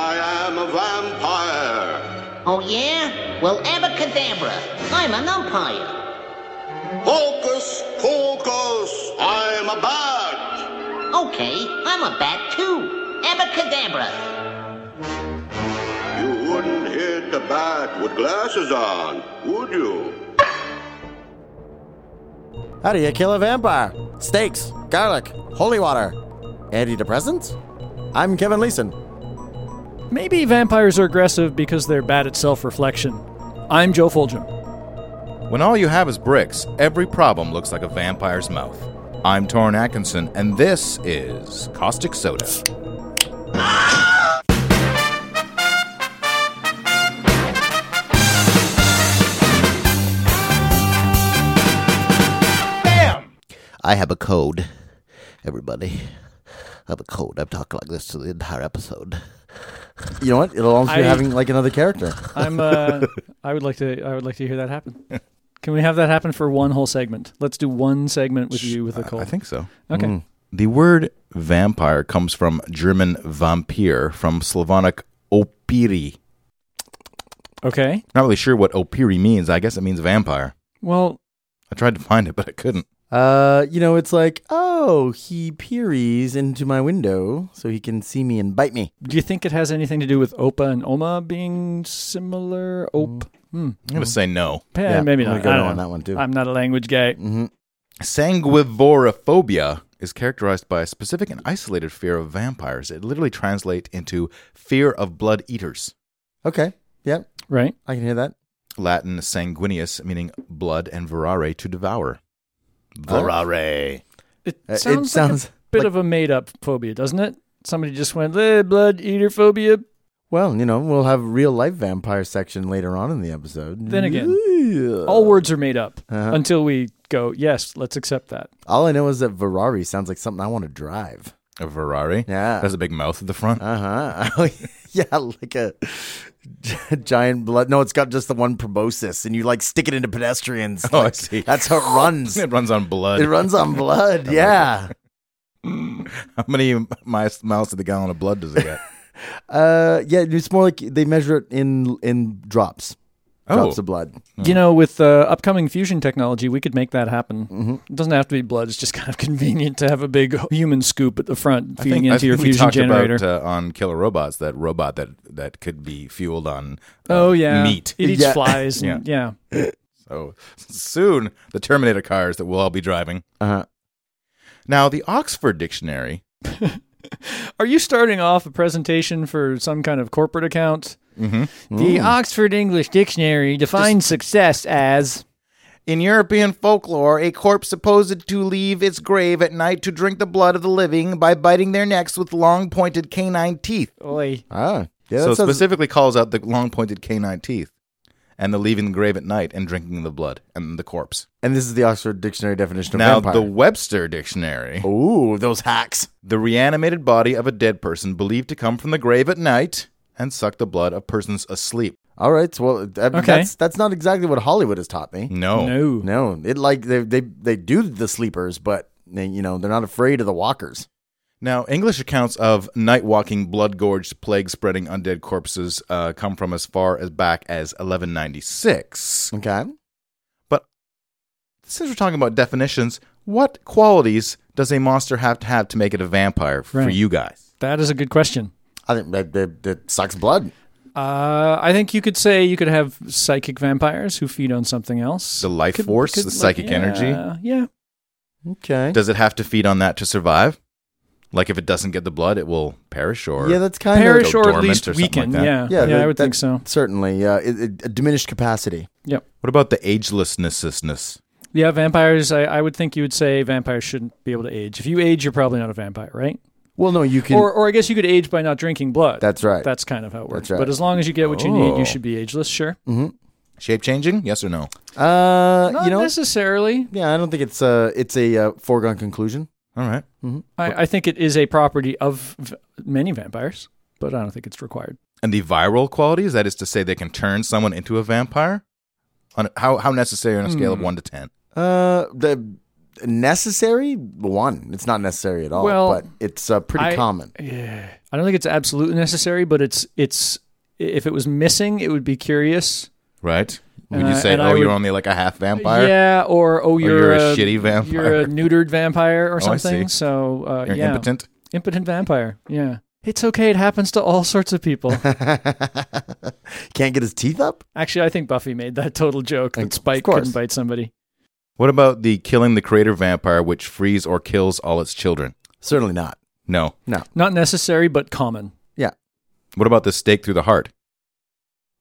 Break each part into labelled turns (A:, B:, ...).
A: a vampire.
B: Oh, yeah? Well, abacadabra. I'm an umpire.
A: Hocus pocus, I'm a bat.
B: Okay, I'm a bat too. Abacadabra.
A: You wouldn't hit a bat with glasses on, would you?
C: How do you kill a vampire? Steaks, garlic, holy water, antidepressants? I'm Kevin Leeson.
D: Maybe vampires are aggressive because they're bad at self reflection. I'm Joe Fulgham.
E: When all you have is bricks, every problem looks like a vampire's mouth. I'm Torrin Atkinson, and this is Caustic Soda.
F: I have a code, everybody. I have a code. I've talked like this to the entire episode.
C: You know what? It'll also be
D: I-
C: having like another character.
D: I'm. Uh, I would like to. I would like to hear that happen. Can we have that happen for one whole segment? Let's do one segment with you with a cold.
E: I think so. Mm.
D: Okay.
E: The word vampire comes from German vampir, from Slavonic opiri.
D: Okay.
E: Not really sure what opiri means. I guess it means vampire.
D: Well,
E: I tried to find it, but I couldn't.
C: Uh, you know, it's like, oh, he peeries into my window so he can see me and bite me.
D: do you think it has anything to do with Opa and Oma being similar? Op. Hmm.
E: I'm going to say no.
D: Eh,
C: Mm. Yeah,
D: maybe
C: I'm gonna
D: not.
C: go
D: I
C: no
D: don't
C: on
D: know.
C: that one, too.
D: I'm not a language guy.
C: Mm-hmm.
E: Sanguivorophobia is characterized by a specific and isolated fear of vampires. It literally translates into fear of blood eaters.
C: Okay. Yep.
D: Right.
C: I can hear that.
E: Latin sanguineus, meaning blood, and verare, to devour. Verare.
D: It
C: Uh, it
D: sounds, like a
C: sounds
D: bit
C: like-
D: of a made up phobia, doesn't it? Somebody just went "Eh, blood eater phobia.
C: Well, you know, we'll have real life vampire section later on in the episode.
D: Then again,
C: Yeah.
E: Uh,
D: all words are made up
C: Uh-huh.
D: until we go. Yes, let's accept that.
C: All I know is that Ferrari sounds like something I want to drive.
E: A verare?
C: Yeah.
E: That's a big mouth at the front.
C: Uh huh. yeah, like a gi- giant blood. No, it's got just the one proboscis, and you like stick it into pedestrians.
E: Oh, I
C: Like,
E: see.
C: That's how it runs.
E: it
C: it
E: runs on blood.
C: runs on blood. yeah.
E: How many mi- miles to the gallon of blood does it get?
C: Uh, yeah. It's more like they measure it in in drops.
E: oh,
C: Drops of blood.
E: Uh-huh.
D: You know, with uh, upcoming fusion technology, we could make that happen.
E: Mm-hmm.
D: It doesn't have to be blood. It's just kind of convenient to have a big human scoop at the front
E: I
D: feeding
E: think- I
D: into your
E: think we
D: fusion
E: talked
D: generator.
E: About, uh, on Killer Robots, that robot that, that could be fueled on uh,
D: oh yeah,
E: meat.
D: It eats
C: Yeah.
D: flies. and- yeah.
E: So soon, the Terminator cars that we'll all be driving.
C: Uh-huh.
E: Now, the Oxford Dictionary.
D: Are you starting off a presentation for some kind of corporate account?
E: Mm-hmm.
D: The Oxford English Dictionary defines success as
E: In European folklore, a corpse supposed to leave its grave at night to drink the blood of the living by biting their necks with long pointed canine teeth.
D: Oy.
C: Ah. Yeah.
E: so
C: that
E: it
C: sounds-
E: specifically calls out the long pointed canine teeth and the leaving the grave at night and drinking the blood and the corpse.
C: and this is the Oxford Dictionary definition of
E: now,
C: vampire.
E: the Webster Dictionary.
C: Ooh, those hacks.
E: The reanimated body of a dead person believed to come from the grave at night and suck the blood of persons asleep.
C: All right. so, Well, that-
D: Okay.
C: that's that's not exactly what Hollywood has taught me.
E: No.
D: no.
C: No, it like they they they do the sleepers, but they, you know they're not afraid of the walkers.
E: Now, English accounts of night walking, blood gorged, plague spreading undead corpses uh, come from as far as back as 1196.
C: Okay.
E: Since we're talking about definitions, what qualities does a monster have to have to make it a vampire for
D: Right.
E: you guys?
D: That is a good question.
C: I think that, that, that sucks blood.
D: Uh, I think you could say you could have psychic vampires who feed on something else.
E: The life force, the psychic
D: Yeah,
E: energy?
D: yeah.
C: Okay.
E: Does it have to feed on that to survive? Like if it doesn't get the blood, it will perish or.
C: yeah, that's kind
D: perish
C: of
E: go
D: or at
E: dormant
D: least
E: or something like
D: weaken.
E: that.
D: yeah, yeah, I would
C: that-
D: think so.
C: Certainly, yeah, it, it, a diminished capacity.
D: Yep.
E: what about the agelessness?
D: Yeah, vampires. I, I would think you would say vampires shouldn't be able to age. If you age, you're probably not a vampire, right?
C: Well, no, you can.
D: or, or I guess you could age by not drinking blood.
C: that's right.
D: That's kind of how it works.
C: That's right.
D: But as long as you get what you need,
E: Oh.
D: you should be ageless. Sure,
E: Shape changing? Yes or no?
C: uh,
D: not
C: you know,
D: necessarily.
C: yeah, I don't think it's uh it's a uh, foregone conclusion.
E: All right.
D: I, I think it is a property of v- many vampires, but I don't think it's required.
E: And the viral qualities, that is to say, they can turn someone into a vampire? On how, how necessary on a scale
D: Hmm.
E: of 1 to 10?
C: Uh, the necessary one. It's not necessary at all.
D: Well,
C: but it's uh, pretty
D: I-
C: common.
D: Yeah, I don't think it's absolutely necessary, but it's it's if it was missing, it would be curious.
E: Right? Would
D: And
E: you
D: I-
E: say,
D: Uh, and
E: "Oh,
D: I
E: you're
D: would-
E: only like a half vampire"?
D: Yeah, or oh, you're,
E: you're a shitty vampire.
D: You're a neutered vampire or
E: I
D: something.
E: see.
D: So uh,
E: You're
D: yeah,
E: impotent.
D: impotent vampire. Yeah, it's okay. It happens to all sorts of people.
C: Can't get his teeth up?
D: Actually, I think Buffy made that total joke
C: Of
D: that Spike
C: course.
D: couldn't bite somebody.
E: What about the killing the creator vampire, which frees or kills all its children?
C: Certainly not.
E: No.
D: Not necessary, but common.
E: What about the stake through the heart?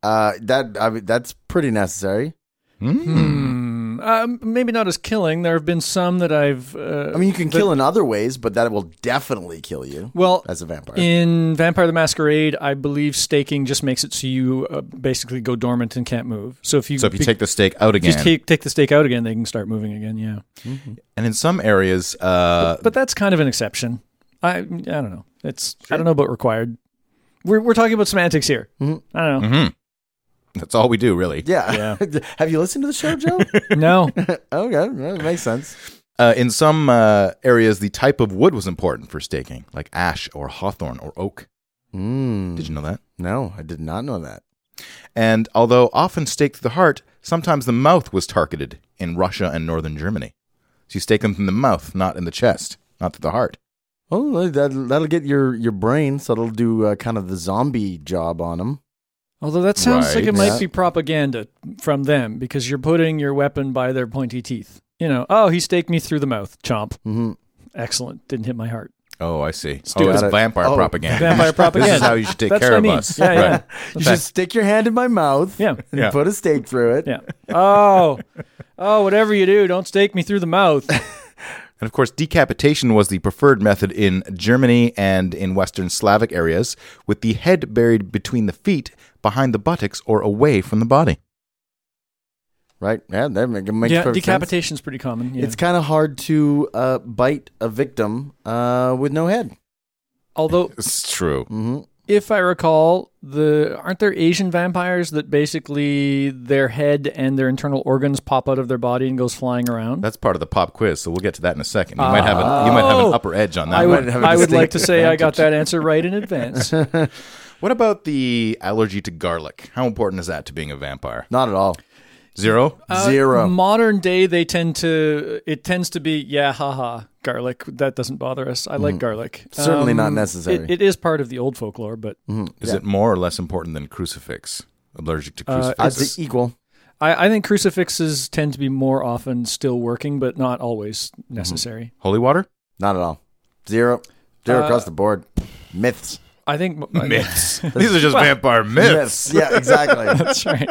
C: Uh, that I mean, that's pretty necessary.
E: Hmm.
D: Hmm. Um, maybe not as killing. There have been some that I've. Uh,
C: I mean, you can kill in other ways, but that will definitely kill you
D: well,
C: as a vampire.
D: in Vampire the Masquerade, I believe staking just makes it so you uh, basically go dormant and can't move. So if you
E: So if you
D: be-
E: take the stake out
D: if you
E: again,
D: just take, take the stake out again, they can start moving again. Yeah,
E: and in some areas, uh,
D: but that's kind of an exception. I I don't know. It's I don't know about required. We're we're talking about semantics here. I don't know.
E: that's all we do really.
C: yeah. Have you listened to the show, Joe?
E: Mm-hmm.
D: No,
C: okay, well, that makes sense.
E: Uh, in some uh, areas, the type of wood was important for staking, like ash or hawthorn or oak.
C: Mm,
D: Hmm.
E: Did you know that?
C: no, I did not know that.
E: And although often staked through the heart, sometimes the mouth was targeted in Russia and northern Germany. So you stake them from the mouth, not in the chest, not through the heart.
C: Oh, that that'll get your your brain, so it'll do uh, kind of the zombie job on them.
D: although that sounds like it
E: Right.
D: might
C: Yeah.
D: be propaganda from them because you're putting your weapon by their pointy teeth. You know, oh, he staked me through the mouth. Chomp.
C: hmm
D: Excellent. Didn't hit my heart.
E: Oh, I see.
D: do
E: oh, it's
C: it.
E: vampire
C: Oh,
E: propaganda.
D: Vampire propaganda.
E: This is how you should take
D: That's
E: care
D: what I
E: of
D: mean.
E: us.
D: Yeah, yeah.
E: Right.
C: You should stick your hand in my mouth.
D: Yeah.
C: And
E: Yeah.
C: put a stake through it.
D: Yeah. Oh. Oh, whatever you do, don't stake me through the mouth.
E: And of course, decapitation was the preferred method in Germany and in Western Slavic areas, with the head buried between the feet, behind the buttocks, or away from the body.
C: Right. Yeah. That make, makes
D: yeah,
C: perfect sense.
D: decapitation's pretty common. Yeah.
C: It's kind of hard to uh, bite a victim uh, with no head.
D: Although
E: It's true.
C: hmm
D: if I recall, the aren't there Asian vampires that basically their head and their internal organs pop out of their body and goes flying around?
E: That's part of the pop quiz, so we'll get to that in a second. You might have a, you might have
D: Oh.
E: an upper edge on that
D: I
E: one.
D: would,
C: have a
D: I would like to
C: distinct
D: say I got that answer right in advance. Uh,
E: What about the allergy to garlic? How important is that to being a vampire?
C: Not at all.
E: Zero.
D: Uh,
C: Zero.
D: Modern day, they tend to it tends to be yeah, haha, garlic. That doesn't bother us. I like garlic.
C: Mm. Certainly not
D: Um,
C: necessary.
D: It, it is part of the old folklore, but
E: is it more or less important than crucifix? Allergic to
C: I'd
E: crucifixes.
C: say equal.
D: I, I think crucifixes tend to be more often still working, but not always necessary.
E: Holy water.
C: Not at all. Zero.
D: Uh,
C: Zero across the board. Myths.
D: I think
E: Myths. These are just vampire myths.
C: Yeah, exactly.
D: That's right.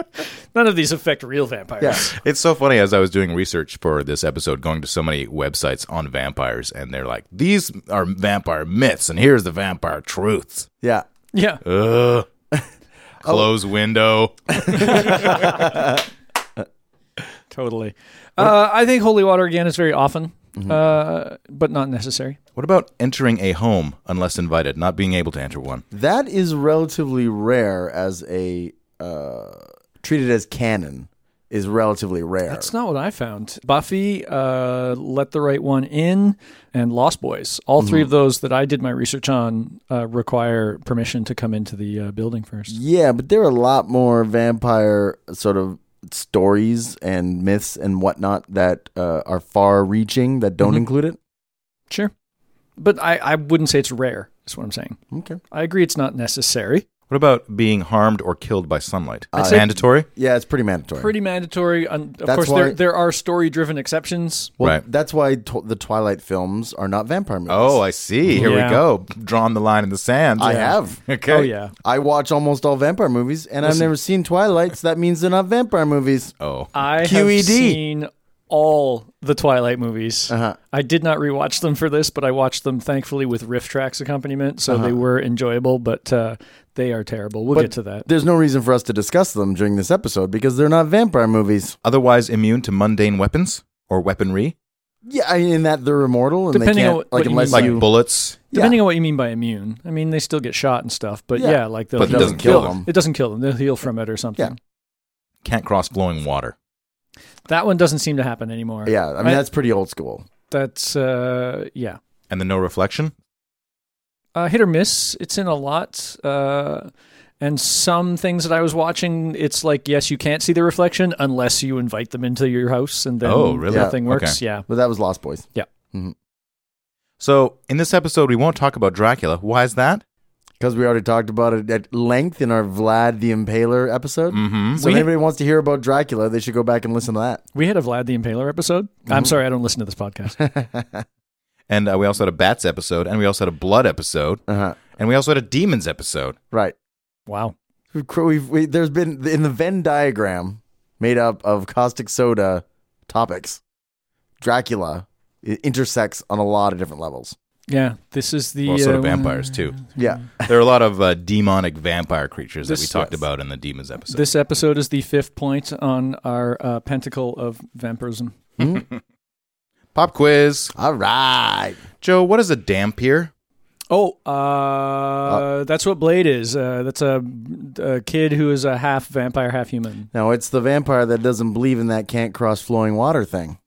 D: None of these affect real vampires.
C: Yeah.
E: It's so funny as I was doing research for this episode, going to so many websites on vampires, and they're like, "These are vampire myths, and here's the vampire truths."
C: yeah.
D: Yeah.
E: Ugh. Close window.
D: Totally. Uh, I think holy water again is very often, uh, but not necessary.
E: What about entering a home unless invited? Not being able to enter one.
C: That is relatively rare as a uh, treated as canon is relatively rare.
D: That's not what I found. Buffy, uh, Let the Right One In, and Lost Boys. All three of those that I did my research on uh, require permission to come into the uh, building first.
C: yeah, but there are a lot more vampire sort of stories and myths and whatnot that uh, are far reaching that
D: Mm-hmm.
C: don't include it.
D: Sure. But I, I wouldn't say it's rare, is what I'm saying.
C: Okay.
D: I agree it's not necessary.
E: What about being harmed or killed by sunlight?
C: I'd
E: It's
C: say-
E: mandatory.
C: Yeah, it's pretty mandatory.
D: Pretty mandatory. And of
C: That's
D: course,
C: why-
D: there, there are story driven exceptions.
C: well,
E: Right.
C: That's why tw- the Twilight films are not vampire movies.
E: Oh, I see. Here
D: Yeah.
E: we go. Drawn the line in the sand.
C: I have.
E: Okay.
D: Oh, yeah.
C: I watch almost all vampire movies, and I've never seen Twilight, so that means they're not vampire movies.
E: Oh.
D: I
C: QED.
D: have seen all the Twilight movies.
C: Uh-huh.
D: I did not rewatch them for this, but I watched them thankfully with riff tracks accompaniment, so
C: Uh-huh.
D: they were enjoyable. But uh, they are terrible. We'll get to that.
C: There's no reason for us to discuss them during this episode because they're not vampire movies.
E: Otherwise immune to mundane weapons or weaponry,
C: Yeah, I mean, in that they're immortal, and
D: Depending
C: they
D: on
C: can't like
D: what- what you
C: unless
E: like
C: you.
E: bullets.
C: yeah.
D: Depending on what you mean by immune, I mean they still get shot and stuff. But
C: Yeah.
D: yeah, like they'll
E: But it
D: heal-
E: doesn't kill them.
D: It doesn't kill them. They'll heal from it or something.
C: Yeah.
E: Can't cross flowing water.
D: That one doesn't seem to happen anymore.
C: Yeah, I mean
D: Right?
C: that's pretty old school.
D: that's uh, yeah.
E: And the no reflection.
D: Uh, hit or miss. It's in a lot. Uh, And some things that I was watching, it's like yes, you can't see the reflection unless you invite them into your house, and then
E: Oh, really?
D: the thing
E: Yeah.
D: works.
E: Okay.
D: Yeah,
C: But that was Lost Boys.
D: yeah.
E: So in this episode, we won't talk about Dracula. Why is that?
C: Because we already talked about it at length in our Vlad the Impaler episode. Mm-hmm. So
D: We-
C: if anybody wants to hear about Dracula, they should go back and listen to that.
D: We had a Vlad the Impaler episode.
E: Mm-hmm.
D: I'm sorry, I don't listen to this podcast.
E: And uh, we also had a bats episode, and we also had a blood episode,
C: Uh-huh.
E: and we also had a demons episode.
C: Right.
D: wow.
C: We've, cr- we've, we, there's been in the Venn diagram made up of caustic soda topics. Dracula i- intersects on a lot of different levels.
D: Yeah, this is the
E: Well, so do
D: uh,
E: vampires too.
C: Yeah.
E: There are a lot of uh, demonic vampire creatures that we
D: This-
E: talked
D: yes.
E: about in the demons episode.
D: This episode is the fifth point on our uh, pentacle of vampirism.
E: Pop quiz,
C: All right.
E: Joe. What is a dampier?
D: Oh, uh, that's what Blade is. Uh, that's a, a kid who is a half vampire, half human.
C: Now it's the vampire that doesn't believe in that can't cross flowing water thing.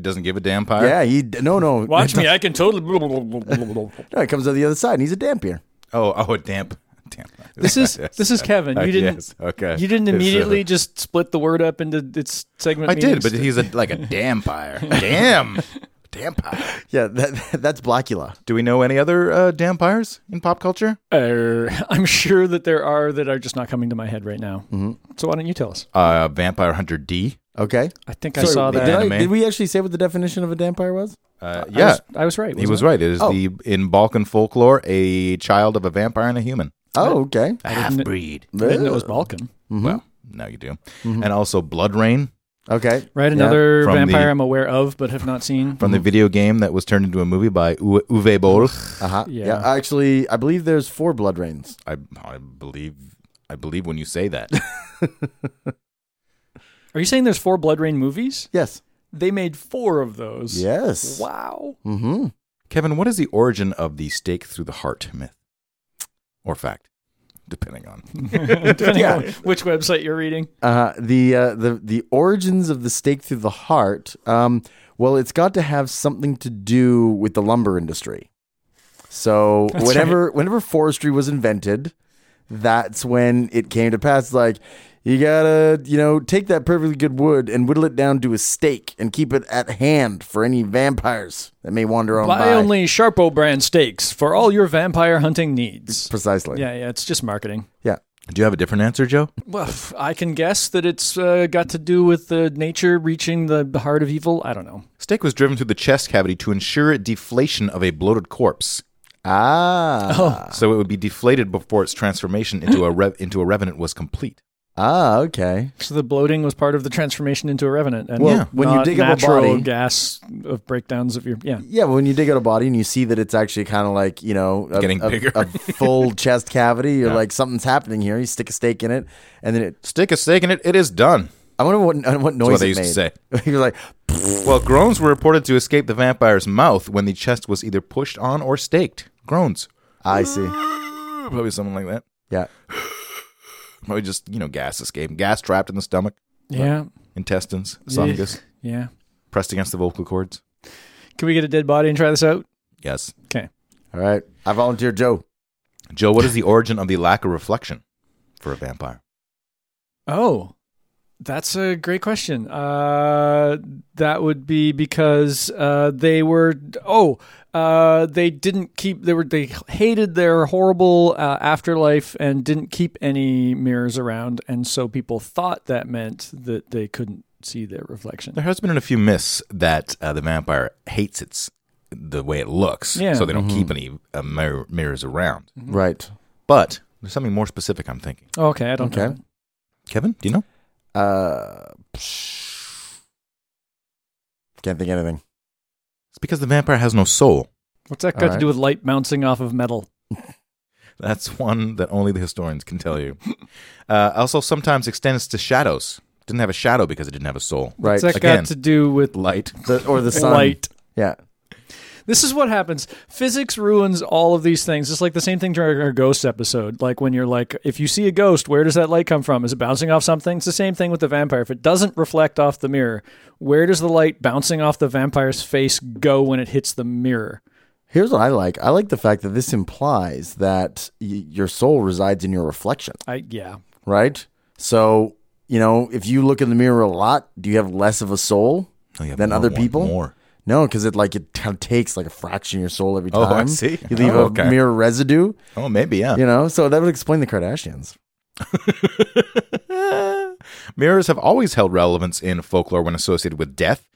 E: Doesn't give a vampire.
C: Yeah, he d- no no.
D: Watch me, I can totally.
C: No, it comes out the other side, and he's a dampier.
E: Oh, oh, a damp. Damp.
D: This is this is Kevin.
E: Uh,
D: You didn't
E: yes, okay.
D: you didn't
E: It's, uh,
D: immediately just split the word up into its segment.
E: I did,
D: meanings.
E: but he's a, like a vampire. Damn. Vampire.
C: Yeah, that, that's Blackula.
E: Do we know any other uh, vampires in pop culture?
D: Uh, I'm sure that there are that are just not coming to my head right now.
E: Mm-hmm.
D: So why don't you tell us?
E: Uh, vampire Hunter D.
C: Okay.
D: I think I
C: Sorry,
D: saw
C: did
D: that.
C: I-
E: anime.
C: did we actually say what the definition of a vampire was?
E: Uh,
D: I
E: yeah,
D: was, I was right.
E: he was
D: wasn't
E: right. It is
C: Oh.
E: the in Balkan folklore a child of a vampire and a human,
C: Oh, okay.
E: a half breed.
D: I? I didn't know it was Balkan.
E: Well, now you do.
D: Mm-hmm.
E: And also Blood Rain
C: Okay.
D: Right,
C: Yeah.
D: another
E: From
D: vampire
E: the-
D: I'm aware of but have not seen.
E: from the video game that was turned into a movie by U- Uwe Boll.
C: Uh-huh.
D: Yeah.
C: Yeah. Actually, I believe there's four blood rains.
E: I, I believe I believe when you say that.
D: Are you saying there's four Blood Rain movies?
C: Yes.
D: They made four of those.
C: Yes.
D: Wow.
C: Mm-hmm.
E: Kevin, what is the origin of the stake through the heart myth or fact, depending on?
D: Depending on which website you're reading.
C: Uh, the uh, the the origins of the stake through the heart. Um, well, it's got to have something to do with the lumber industry. So
D: That's
C: whenever whenever forestry was invented, that's when it came to pass. Like you gotta you know take that perfectly good wood and whittle it down to a stake and keep it at hand for any vampires that may wander on
D: Buy
C: by.
D: only Sharpo brand steaks for all your vampire hunting needs.
C: Precisely.
D: Yeah, yeah, it's just marketing.
C: Yeah.
E: Do you have a different answer, Joe?
D: Well, f- I can guess that it's uh, got to do with the nature reaching the the heart of evil. I don't know.
E: Stake was driven through the chest cavity to ensure deflation of a bloated corpse.
C: Ah.
D: Oh.
E: So it would be deflated before its transformation into a rev- into a revenant was complete.
C: Ah. Okay.
D: So the bloating was part of the transformation into a revenant, and
C: Well, when you
D: not
C: dig up a
D: natural
C: body-
D: gas of breakdowns of your yeah.
C: Yeah, but when you dig out a body and you see that it's actually kind of like you know a,
E: Getting
C: a-
E: bigger.
C: a full chest cavity, you're like something's happening here. You stick a stake in it, and then it.
E: Stick a stake in it; it is done.
C: I wonder what I wonder what
E: what
C: noise
E: they
C: it
E: used to
C: made. you're like,
E: Well, groans were reported to escape the vampire's mouth when the chest was either pushed on or staked. Groans,
C: I see.
E: probably something like that.
C: Yeah,
E: Probably just you know gas escape, gas trapped in the stomach,
D: Yeah.
E: intestines, esophagus,
D: Yeah.
E: pressed against the vocal cords.
D: Can we get a dead body and try this out?
E: Yes,
D: Okay.
C: all right. I volunteer, Joe.
E: Joe. What is the origin of the lack of reflection for a vampire?
D: Oh, that's a great question. Uh, that would be because uh, they were oh uh, they didn't keep they were they hated their horrible uh, afterlife and didn't keep any mirrors around, and so people thought that meant that they couldn't see their reflection.
E: There has been a few myths that uh, the vampire hates its the way it looks,
D: Yeah.
E: so they don't keep any uh, mir- mirrors around.
C: Right.
E: But there's something more specific I'm thinking.
D: Oh, okay, I don't know.
C: Okay.
E: Kevin, do you know?
C: Uh, psh. can't think of anything.
E: It's because the vampire has no soul.
D: What's that
C: All
D: got to
C: right.
D: do with light bouncing off of metal?
E: That's one that only the historians can tell you. Uh, also, sometimes extends to shadows. Didn't have a shadow because it didn't have a soul.
C: Right.
D: What's that
E: Again.
D: got to do with
E: Light.
C: The- or the sun.
D: light?
C: Yeah.
D: This is what happens. Physics ruins all of these things. It's like the same thing during our ghost episode. Like when you're like, if you see a ghost, where does that light come from? Is it bouncing off something? It's the same thing with the vampire. If it doesn't reflect off the mirror, where does the light bouncing off the vampire's face go when it hits the mirror?
C: Here's what I like. I like the fact that this implies that y- your soul resides in your reflection,
D: I yeah.
C: right? So, you know, if you look in the mirror a lot, do you have less of a soul
E: No, you have
C: than
E: more,
C: other
E: more,
C: people?
E: more.
C: No, because it like it t- takes like a fraction of your soul every
E: Oh,
C: time.
E: I see.
C: You leave
E: Oh,
C: a
E: okay.
C: mirror residue,
E: Oh, maybe yeah.
C: you know. So that would explain the Kardashians.
E: Mirrors have always held relevance in folklore when associated with death.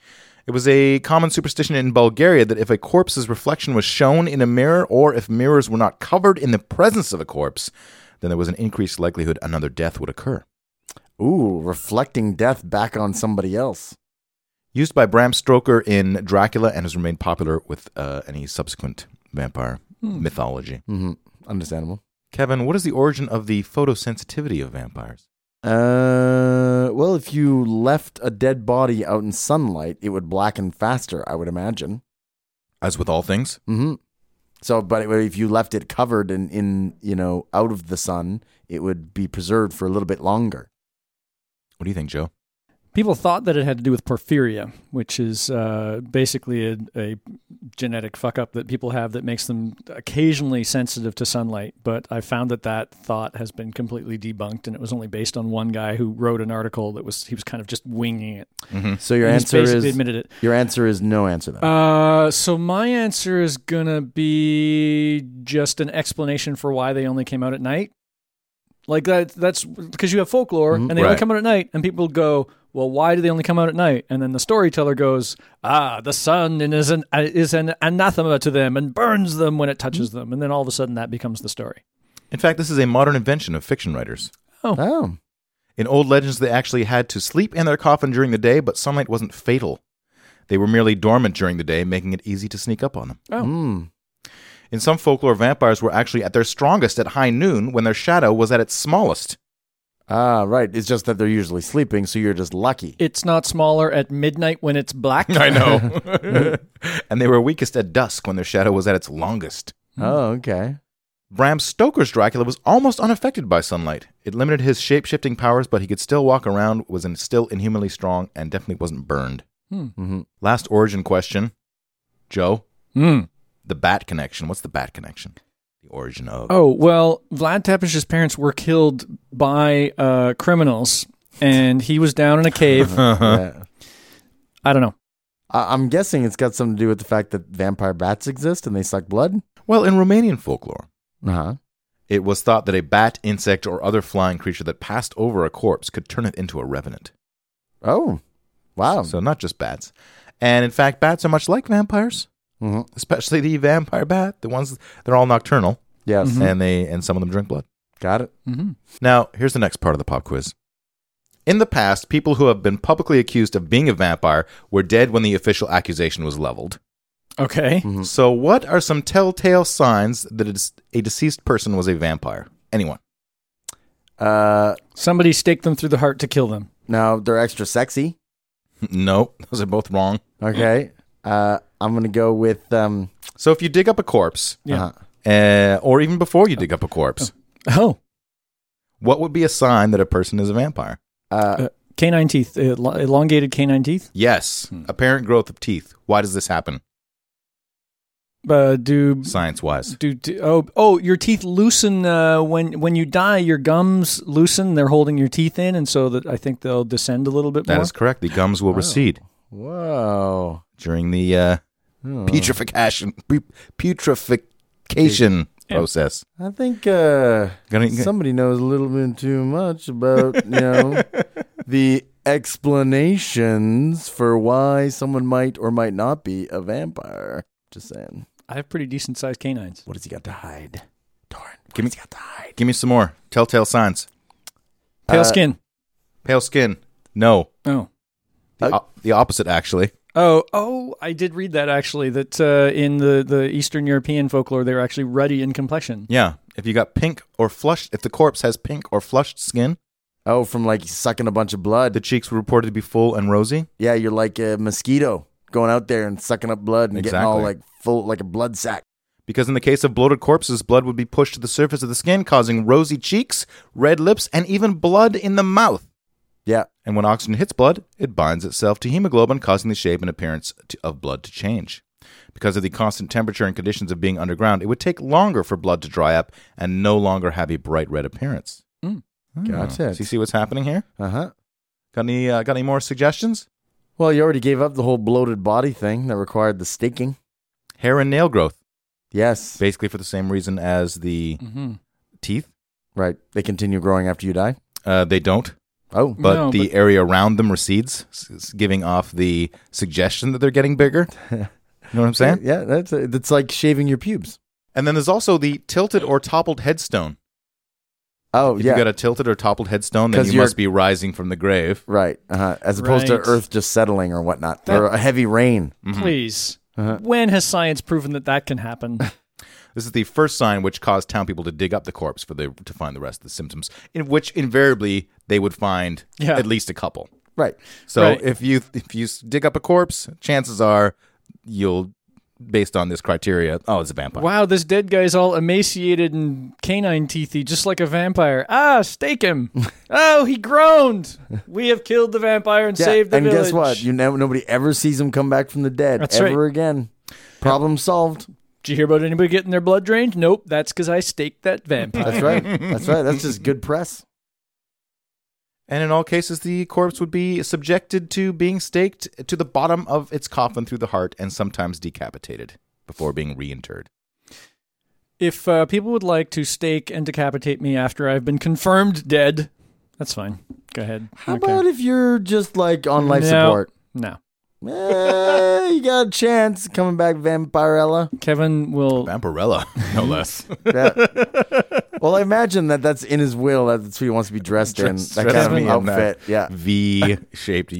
E: It was a common superstition in Bulgaria that if a corpse's reflection was shown in a mirror or if mirrors were not covered in the presence of a corpse, then there was an increased likelihood another death would occur.
C: Ooh, reflecting death back on somebody else.
E: Used by Bram Stoker in Dracula and has remained popular with uh, any subsequent vampire mythology.
C: hmm Understandable.
E: Kevin, what is the origin of the photosensitivity of vampires?
C: Uh, well, if you left a dead body out in sunlight, it would blacken faster, I would imagine.
E: As with all things,
C: Mm-hmm. So, but it, if you left it covered and in you know out of the sun, it would be preserved for a little bit longer.
E: what do you think, Joe?
D: People thought that it had to do with porphyria, which is uh, basically a, a genetic fuck up that people have that makes them occasionally sensitive to sunlight. But I found that that thought has been completely debunked, and it was only based on one guy who wrote an article that was he was kind of just winging it.
C: So your
D: He's
C: answer is
D: Mm-hmm. basically admitted it.
C: your answer is no answer then.
D: Uh, so my answer is gonna be just an explanation for why they only came out at night. Like that, that's because you have folklore and they only
E: Mm-hmm. Right.
D: come out at night, and people go, "Well, why do they only come out at night?" And then the storyteller goes, "Ah, the sun and is an uh, is an anathema to them and burns them when it touches
E: Mm.
D: them," and then all of a sudden that becomes the story.
E: In fact, this is a modern invention of fiction writers.
C: oh,
E: In old legends, they actually had to sleep in their coffin during the day, but sunlight wasn't fatal. They were merely dormant during the day, making it easy to sneak up on them.
D: Oh.
C: Mm.
E: In some folklore, vampires were actually at their strongest at high noon when their shadow was at its smallest.
C: ah, right. It's just that they're usually sleeping, so you're just lucky.
D: It's not smaller at midnight when it's black.
E: I know. and they were weakest at dusk when their shadow was at its longest.
C: Oh, okay.
E: Bram Stoker's Dracula was almost unaffected by sunlight. It limited his shape shifting powers, but he could still walk around, was in, still inhumanly strong, and definitely wasn't burned.
C: Mhm.
E: Last origin question Joe,
D: Mm.
E: the bat connection. What's the bat connection? The origin of.
D: Oh well, Vlad Tepish's parents were killed by uh, criminals, and he was down in a cave.
C: Yeah.
D: I don't know.
C: I- I'm guessing it's got something to do with the fact that vampire bats exist and they suck blood.
E: Well, in Romanian folklore,
C: Uh huh.
E: it was thought that a bat, insect, or other flying creature that passed over a corpse could turn it into a revenant.
C: Oh, wow.
E: So, not just bats. And in fact, bats are much like vampires,
C: Mhm.
E: especially the vampire bat. The ones, they're all nocturnal,
C: Yes,
D: Mm-hmm.
E: and, they, and some of them drink blood.
C: got it.
E: Now, here's the next part of the pop quiz. In the past, people who have been publicly accused of being a vampire were dead when the official accusation was leveled.
D: Okay,
E: So, what are some telltale signs that a dece- a deceased person was a vampire? Anyone?
C: Uh,
D: somebody staked them through the heart to kill them.
C: now they're extra sexy.
E: no, those are both wrong.
C: Okay. Uh, I'm gonna go with um.
E: So, if you dig up a corpse,
D: Yeah.
C: uh-huh.
E: uh, or even before you dig up a corpse,
D: Oh,
E: what would be a sign that a person is a vampire?
D: uh, canine teeth, uh, lo- elongated canine teeth.
E: Yes, apparent growth of teeth. Why does this happen,
D: Uh, do
E: science wise?
D: do, do oh oh your teeth loosen uh, when when you die. Your gums loosen. They're holding your teeth in, and so that I think they'll descend a little bit
E: That
D: more.
E: is correct. The gums will recede
C: Whoa. Hmm.
E: during the uh,
C: Oh.
E: putrefaction, pu- putrefaction process.
C: I think uh,
E: Gonna-
C: somebody knows a little bit too much about you know the explanations for why someone might or might not be a vampire. Just saying.
D: I have pretty decent sized canines.
C: What has he got to hide, Torrent? What
E: Gimme-
C: has he got to hide?
E: Give me some more telltale signs.
D: Pale
C: Uh,
D: skin.
E: Pale skin. No.
D: Oh.
E: The, o- the opposite, actually.
D: Oh, oh! I did read that actually. That uh, in the, the Eastern European folklore, they're actually ruddy in complexion.
E: Yeah. If you got pink or flushed, if the corpse has pink or flushed skin,
C: Oh, from like sucking a bunch of blood.
E: the cheeks were reported to be full and rosy.
C: Yeah, you're like a mosquito going out there and sucking up blood and getting all
E: Exactly.
C: like full, like a blood sack.
E: Because in the case of bloated corpses, blood would be pushed to the surface of the skin, causing rosy cheeks, red lips, and even blood in the mouth.
C: Yeah.
E: And when oxygen hits blood, it binds itself to hemoglobin, causing the shape and appearance to, of blood to change. Because of the constant temperature and conditions of being underground, it would take longer for blood to dry up and no longer have a bright red appearance. Hmm.
C: Gotcha.
E: So you see what's happening here?
C: Uh huh.
E: Got any uh, got any more suggestions?
C: Well, you already gave up the whole bloated body thing that required the staking.
E: Hair and nail growth,
C: Yes.
E: basically for the same reason as the
C: Mm-hmm.
D: Mhm.
E: teeth.
C: Right. They continue growing after you die.
E: Uh, they don't,
C: Oh,
E: but
D: No,
E: the area around them recedes, s- s- giving off the suggestion that they're getting bigger. you know what I'm saying?
C: yeah. That's that's like shaving your pubes.
E: And then there's also the tilted or toppled headstone.
C: Oh,
E: If
C: yeah.
E: you got a tilted or toppled headstone, then
C: 'Cause
E: you
C: you're-
E: must be rising from the grave.
C: right. Uh-huh. As opposed
D: Right.
C: to Earth just settling or whatnot,
D: That-
C: or a heavy rain.
D: Please.
C: Uh-huh.
D: When has science proven that that can happen?
E: This is the first sign which caused town people to dig up the corpse for the to find the rest of the symptoms, in which invariably they would find
D: Yeah.
E: at least a couple.
C: Right.
E: So
D: Right.
E: if you if you s- dig up a corpse, chances are you'll based on this criteria, oh, it's a vampire.
D: wow, this dead guy's all emaciated and canine teethy, just like a vampire. Ah, stake him. oh, he groaned. We have killed the vampire and
C: Yeah.
D: saved the
C: and
D: village.
C: guess what? You know, nobody ever sees them come back from the dead
D: That's
C: ever
D: right.
C: again. Problem solved.
D: Did you hear about anybody getting their blood drained? Nope, that's because I staked that vampire.
C: That's right. That's right. That's just good press.
E: And in all cases, the corpse would be subjected to being staked to the bottom of its coffin through the heart and sometimes decapitated before being reinterred.
D: if uh, people would like to stake and decapitate me after I've been confirmed dead, that's fine. Go ahead.
C: How about if you're just like on life
D: No.
C: support?
D: No.
C: Eh, you got a chance coming back, Vampirella.
D: Kevin will.
E: Vampirella, no less.
C: Yeah. well, I imagine that that's in his will. That's what he wants to be dressed in.
E: Dress-
C: That
E: dress
C: kind of
E: me in that.
C: outfit. Yeah.
E: V shaped.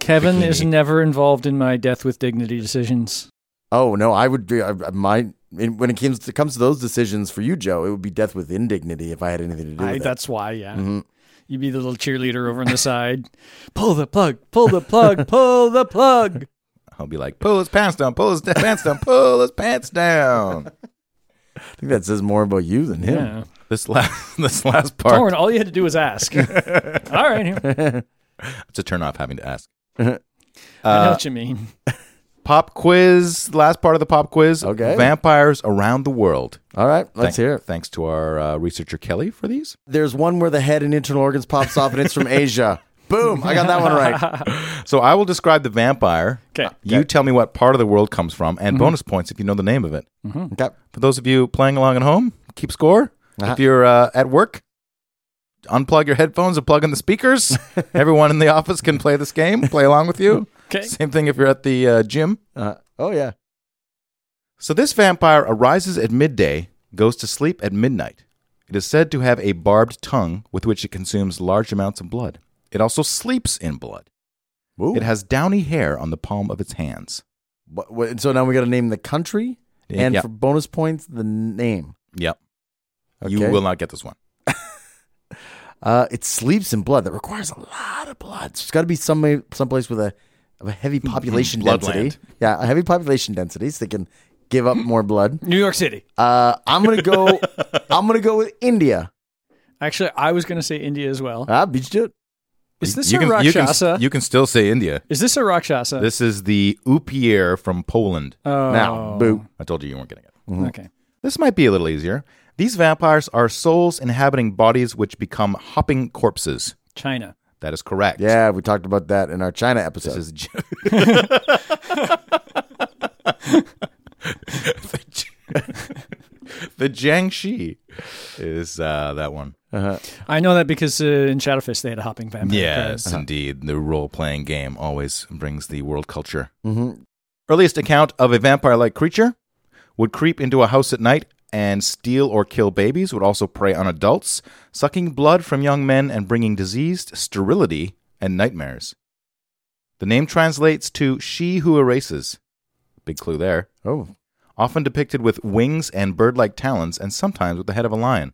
D: Kevin is
E: Bikini.
D: never involved in my death with dignity decisions.
C: Oh no, I would do. I, I- my when it comes to comes to those decisions for you, Joe, it would be death with indignity if I had anything to do with
D: I,
C: it.
D: that's why, yeah.
E: Mm-hmm.
D: You'd be the little cheerleader over on the side. pull the plug, pull the plug, pull the plug.
E: I'll be like, pull his pants down, pull his pants down, pull his pants down.
C: I think that says more about you than him.
D: Yeah.
E: This last, this last part
D: Torrin, all you had to do was ask. all right, here. I
E: to turn off having to ask.
D: know what you mean.
E: Pop quiz, last part of the pop quiz.
C: Okay.
E: Vampires around the world.
C: All right, let's
E: Thank-
C: hear it.
E: Thanks to our uh, researcher Kelly for these.
C: There's one where the head and internal organs pops off, and it's from Asia. Boom! I got that one right.
E: So I will describe the vampire.
D: 'Kay.
E: You tell me what part of the world comes from, and
C: Mm-hmm.
E: bonus points if you know the name of it.
C: Okay.
E: For those of you playing along at home, keep score.
C: Uh-huh.
E: If you're uh, at work, unplug your headphones and plug in the speakers. Everyone in the office can play this game, play along with you.
D: 'Kay.
E: Same thing if you're at the uh, gym.
C: Uh, oh yeah.
E: So this vampire arises at midday, goes to sleep at midnight. It is said to have a barbed tongue with which it consumes large amounts of blood. It also sleeps in blood.
C: Ooh.
E: It has downy hair on the palm of its hands.
C: What, what, and so now we got to name the country, and
E: Yeah.
C: for bonus points, the name.
E: Yep. You
C: Okay.
E: will not get this one.
C: Uh, it sleeps in blood. That requires a lot of blood. So it's got to be some someplace with a of a heavy population
E: Bloodland.
C: density. Yeah, a heavy population density, so they can give up more blood.
D: New York City.
C: Uh, I'm gonna go. I'm gonna go with India.
D: Actually, I was going to say India as well.
C: Ah, beat you. to it.
D: Is this
E: Uh, you
D: a
E: can, you can-
D: Rakshasa?
E: you can still say India.
D: Is this a Rakshasa?
E: This is the Upier from Poland.
D: oh.
C: Now, boo.
E: I told you you weren't getting it.
D: Okay.
E: This might be a little easier. These vampires are souls inhabiting bodies which become hopping corpses.
D: China.
E: That is correct.
C: Yeah, we talked about that in our China episode.
E: This is. J- the J- the Jiangxi is uh, that one.
C: Uh-huh.
D: I know that because uh, in Shadowfist they had a hopping vampire.
E: Yes,
D: Uh-huh.
E: indeed. The role playing game always brings the world culture.
C: Mm-hmm.
E: Earliest account of a vampire like creature would creep into a house at night and steal or kill babies, would also prey on adults, sucking blood from young men and bringing disease, sterility, and nightmares. The name translates to she who erases. Big clue there.
C: oh,
E: Often depicted with wings and bird like talons, and sometimes with the head of a lion.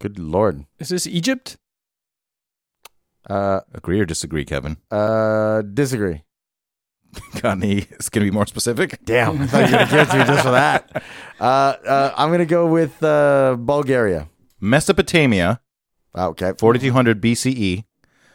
C: good lord.
D: Is this Egypt?
C: Uh,
E: Agree or disagree, Kevin?
C: uh, disagree.
E: Got any? It's going to be more specific.
C: Damn, I thought you were gonna give it to me just for that. Uh, uh, I'm gonna go with uh, Bulgaria.
E: Mesopotamia,
C: Ah, Okay,
E: E. 4200 BCE.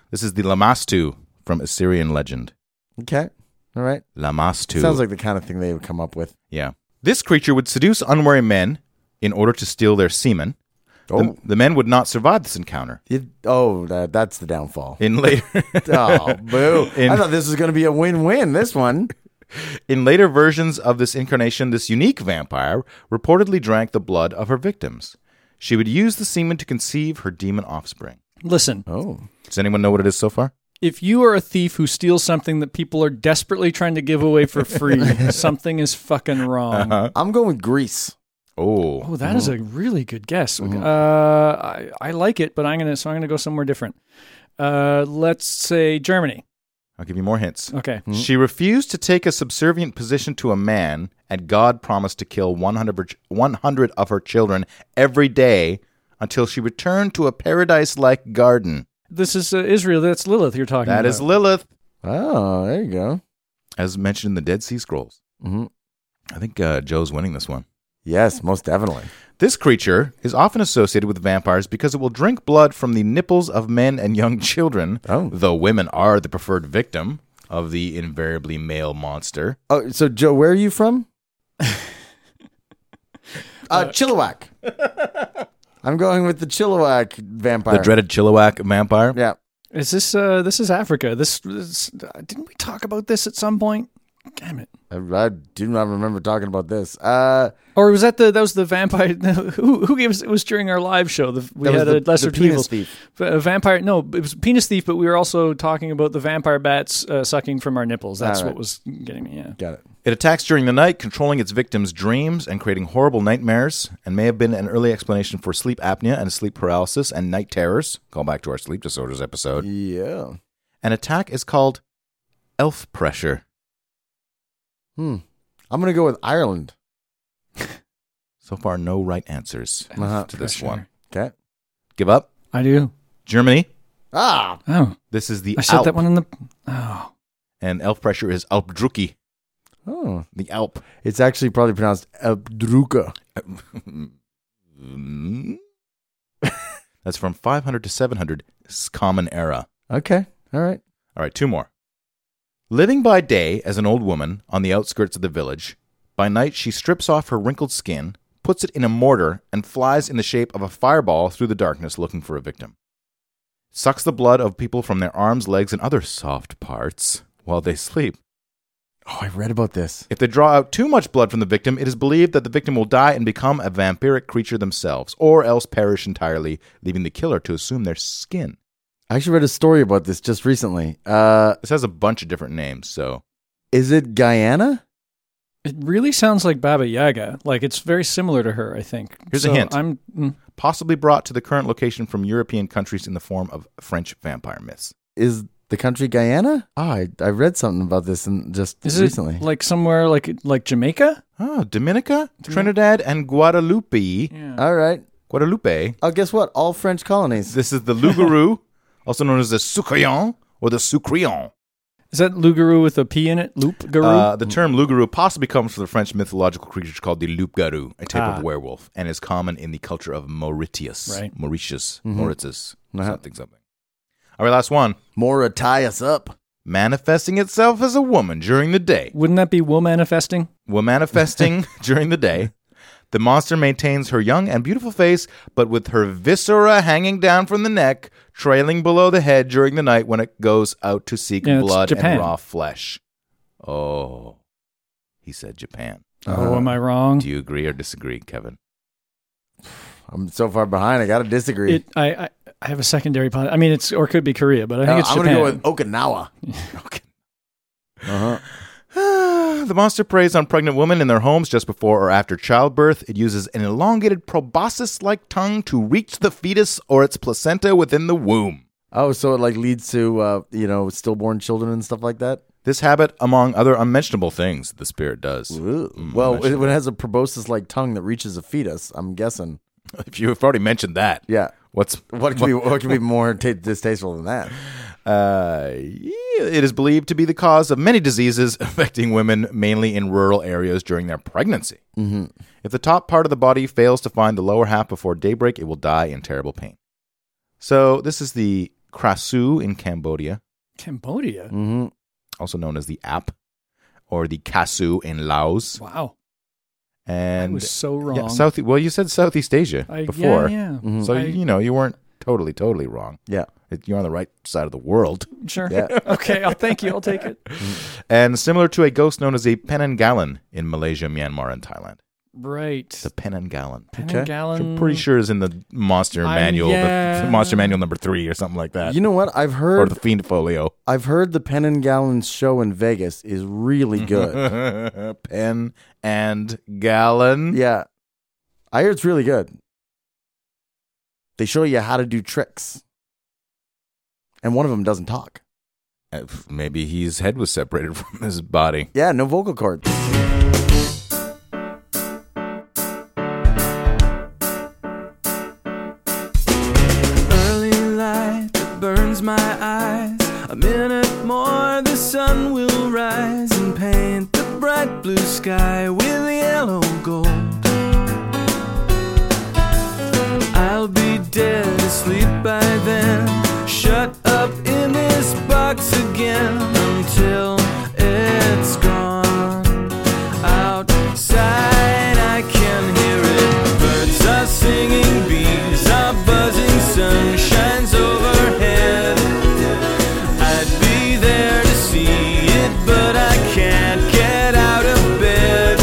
E: This is the Lamastu from Assyrian legend.
C: okay. All right.
E: Lamastu.
C: Sounds like the kind of thing they would come up with.
E: Yeah. This creature would seduce unwary men in order to steal their semen. The-
C: Oh.
E: The, men would not survive this encounter.
C: It, oh, that, that's the downfall.
E: In later
C: oh, boo.
E: In-
C: I thought this was going to be a win win, this one.
E: in later versions of this incarnation, this unique vampire reportedly drank the blood of her victims. She would use the semen to conceive her demon offspring.
D: Listen,
C: Oh.
E: Does anyone know what it is so far?
D: if you are a thief who steals something that people are desperately trying to give away for free,
E: Uh-huh.
D: something is fucking wrong.
C: I'm going with Greece.
E: Oh,
D: Oh, that is a really good guess.
E: Uh-huh.
D: Uh, I, I like it, but I'm gonna so I'm gonna go somewhere different. Uh, let's say Germany.
E: I'll give you more hints.
D: Okay.
E: She refused to take a subservient position to a man, and God promised to kill 100 of her, 100 of her children every day until she returned to a paradise like garden.
D: This is uh, Israel. That's Lilith you're talking about.
E: That is Lilith,
C: Oh, there you go.
E: as mentioned in the Dead Sea Scrolls.
C: hmm
E: I think uh, Joe's winning this one.
C: Yes, most definitely.
E: This creature is often associated with vampires because it will drink blood from the nipples of men and young children,
C: Oh.
E: though women are the preferred victim of the invariably male monster.
C: Oh, so Joe, where are you from? uh, Chilliwack. I'm going with the Chilliwack vampire.
E: The dreaded Chilliwack vampire.
C: yeah.
D: Is this uh this is Africa? This, this uh, didn't we talk about this at some point? Damn it!
C: I, I do not remember talking about this. Uh,
D: Or was that the that was the vampire? Who who gave us? It was during our live show. The, we
C: That was
D: had
C: the-
D: a lesser
C: the penis
D: evils.
C: thief.
D: V- A vampire? No, it was penis thief. But we were also talking about the vampire bats uh, sucking from our nipples. That's
C: All right.
D: what was getting me. Yeah.
C: got it.
E: It attacks during the night, controlling its victims' dreams and creating horrible nightmares, and may have been an early explanation for sleep apnea and sleep paralysis and night terrors. Call back to our sleep disorders episode.
C: Yeah.
E: An attack is called elf pressure.
C: Hmm. I'm gonna go with Ireland.
E: So far, no right answers
C: Uh-huh.
E: to this
D: Pressure.
E: one.
C: Okay.
E: Give up.
D: I do.
E: Germany.
C: Ah,
D: Oh,
E: This is the
D: I said
E: Alp,
D: that one in the. Oh,
E: and elf pressure is Alpdrucki.
C: oh,
E: The Alp.
C: it's actually probably pronounced Abdruka.
E: Mm. That's from 500 to 700 s- Common Era.
C: Okay. All right.
E: All right, two more. Living by day as an old woman on the outskirts of the village, by night she strips off her wrinkled skin, puts it in a mortar, and flies in the shape of a fireball through the darkness looking for a victim. Sucks the blood of people from their arms, legs, and other soft parts while they sleep.
C: Oh, I read about this.
E: If they draw out too much blood from the victim, it is believed that the victim will die and become a vampiric creature themselves, or else perish entirely, leaving the killer to assume their skin.
C: I actually read a story about this just recently. Uh,
E: This has a bunch of different names, so
C: is it Guyana?
D: it really sounds like Baba Yaga. Like it's very similar to her. I think.
E: Here's a
D: So
E: hint.
D: I'm. mm.
E: possibly brought to the current location from European countries in the form of French vampire myths.
C: Is the country Guyana? Oh, I, I read something about this and just
D: Is
C: recently.
D: it like somewhere like like Jamaica?
E: Oh, Dominica,
D: Mm-hmm.
E: Trinidad, and Guadalupe.
C: All right.
E: Guadalupe.
C: Oh, guess what? All French colonies.
E: This is the Lugaru, also known as the Sucrion or the Sucrion.
D: Is that Lugaru with a P in it? Loop Garu.
E: Uh, the term Lugaru possibly comes from the French mythological creature called the Loup-Garou, a type
D: Ah.
E: of werewolf, and is common in the culture of Mauritius.
D: Right. Mm-hmm.
E: Mauritius.
C: Mhm.
E: Mauritius.
C: Uh-huh.
E: Something, something. All right, last one.
C: More tie us up.
E: Manifesting itself as a woman during the day.
D: Wouldn't that be will manifesting?
E: While manifesting during the day, the monster maintains her young and beautiful face, but with her viscera hanging down from the neck, trailing below the head during the night when it goes out to seek
D: Yeah, it's
E: blood
D: Japan.
E: and raw flesh. Oh, he said Japan.
D: oh, am I wrong?
E: Uh, Do you agree or disagree, Kevin?
C: I'm so far behind. I gotta disagree.
D: It, I, I I have a secondary. pos- I mean, it's or could be Korea, but I think
C: Uh,
D: it's
C: I'm
D: Japan.
C: gonna go with Okinawa.
E: Okay.
C: Uh-huh.
E: the monster preys on pregnant women in their homes just before or after childbirth. It uses an elongated proboscis like tongue to reach the fetus or its placenta within the womb.
C: Oh, so it like leads to uh, you know stillborn children and stuff like that.
E: This habit, among other unmentionable things, the spirit does. Mm,
C: well, it,
E: unmentionable.
C: when it has a proboscis like tongue that reaches a fetus, I'm guessing.
E: if you've already mentioned that,
C: Yeah.
E: what's
C: What could be what could be more ta distasteful than that?
E: Uh, yeah, it is believed to be the cause of many diseases affecting women, mainly in rural areas during their pregnancy.
C: Mm-hmm,
E: If the top part of the body fails to find the lower half before daybreak, it will die in terrible pain. So this is the krasu in Cambodia,
D: Cambodia.
E: Mm.
C: Mm-hmm.
E: also known as the app. or the Kasu in Laos.
D: Wow.
E: And
D: I was so wrong.
E: yeah, South. Well, you said Southeast Asia
D: I,
E: before, Mm-hmm.
D: Yeah, yeah.
E: so
D: Mm. I-
E: you know you weren't totally totally wrong.
C: Yeah.
E: It- You're on the right side of the world.
D: Sure.
C: Yeah.
D: okay. I'll thank you. I'll take it.
E: And similar to a ghost known as a penangalan in Malaysia, Myanmar, and Thailand.
D: Right.
E: The penangalan.
D: Penanggalan.
E: Which I'm pretty sure is in the monster
D: I-
E: manual, the-
D: yeah.
E: the monster manual number three or something like that,
C: You know what? I've
E: or
C: heard
E: the fiend folio.
C: I've heard the Penn and Gallon show in Vegas is really good.
E: Pen and gallon.
C: yeah. I hear it's really good. They show you how to do tricks. And one of them doesn't talk.
E: Uh, Maybe his head was separated from his body.
C: Yeah, no vocal cords.
G: early light that burns my eyes. A minute more, the sun will rise and paint the bright blue sky with yellow gold. I'll be dead asleep by then, shut up in this box again until it's gone. Outside, I can hear it. Birds are singing, bees are buzzing, sun shines overhead. I'd be there to see it, but I can't get out of bed.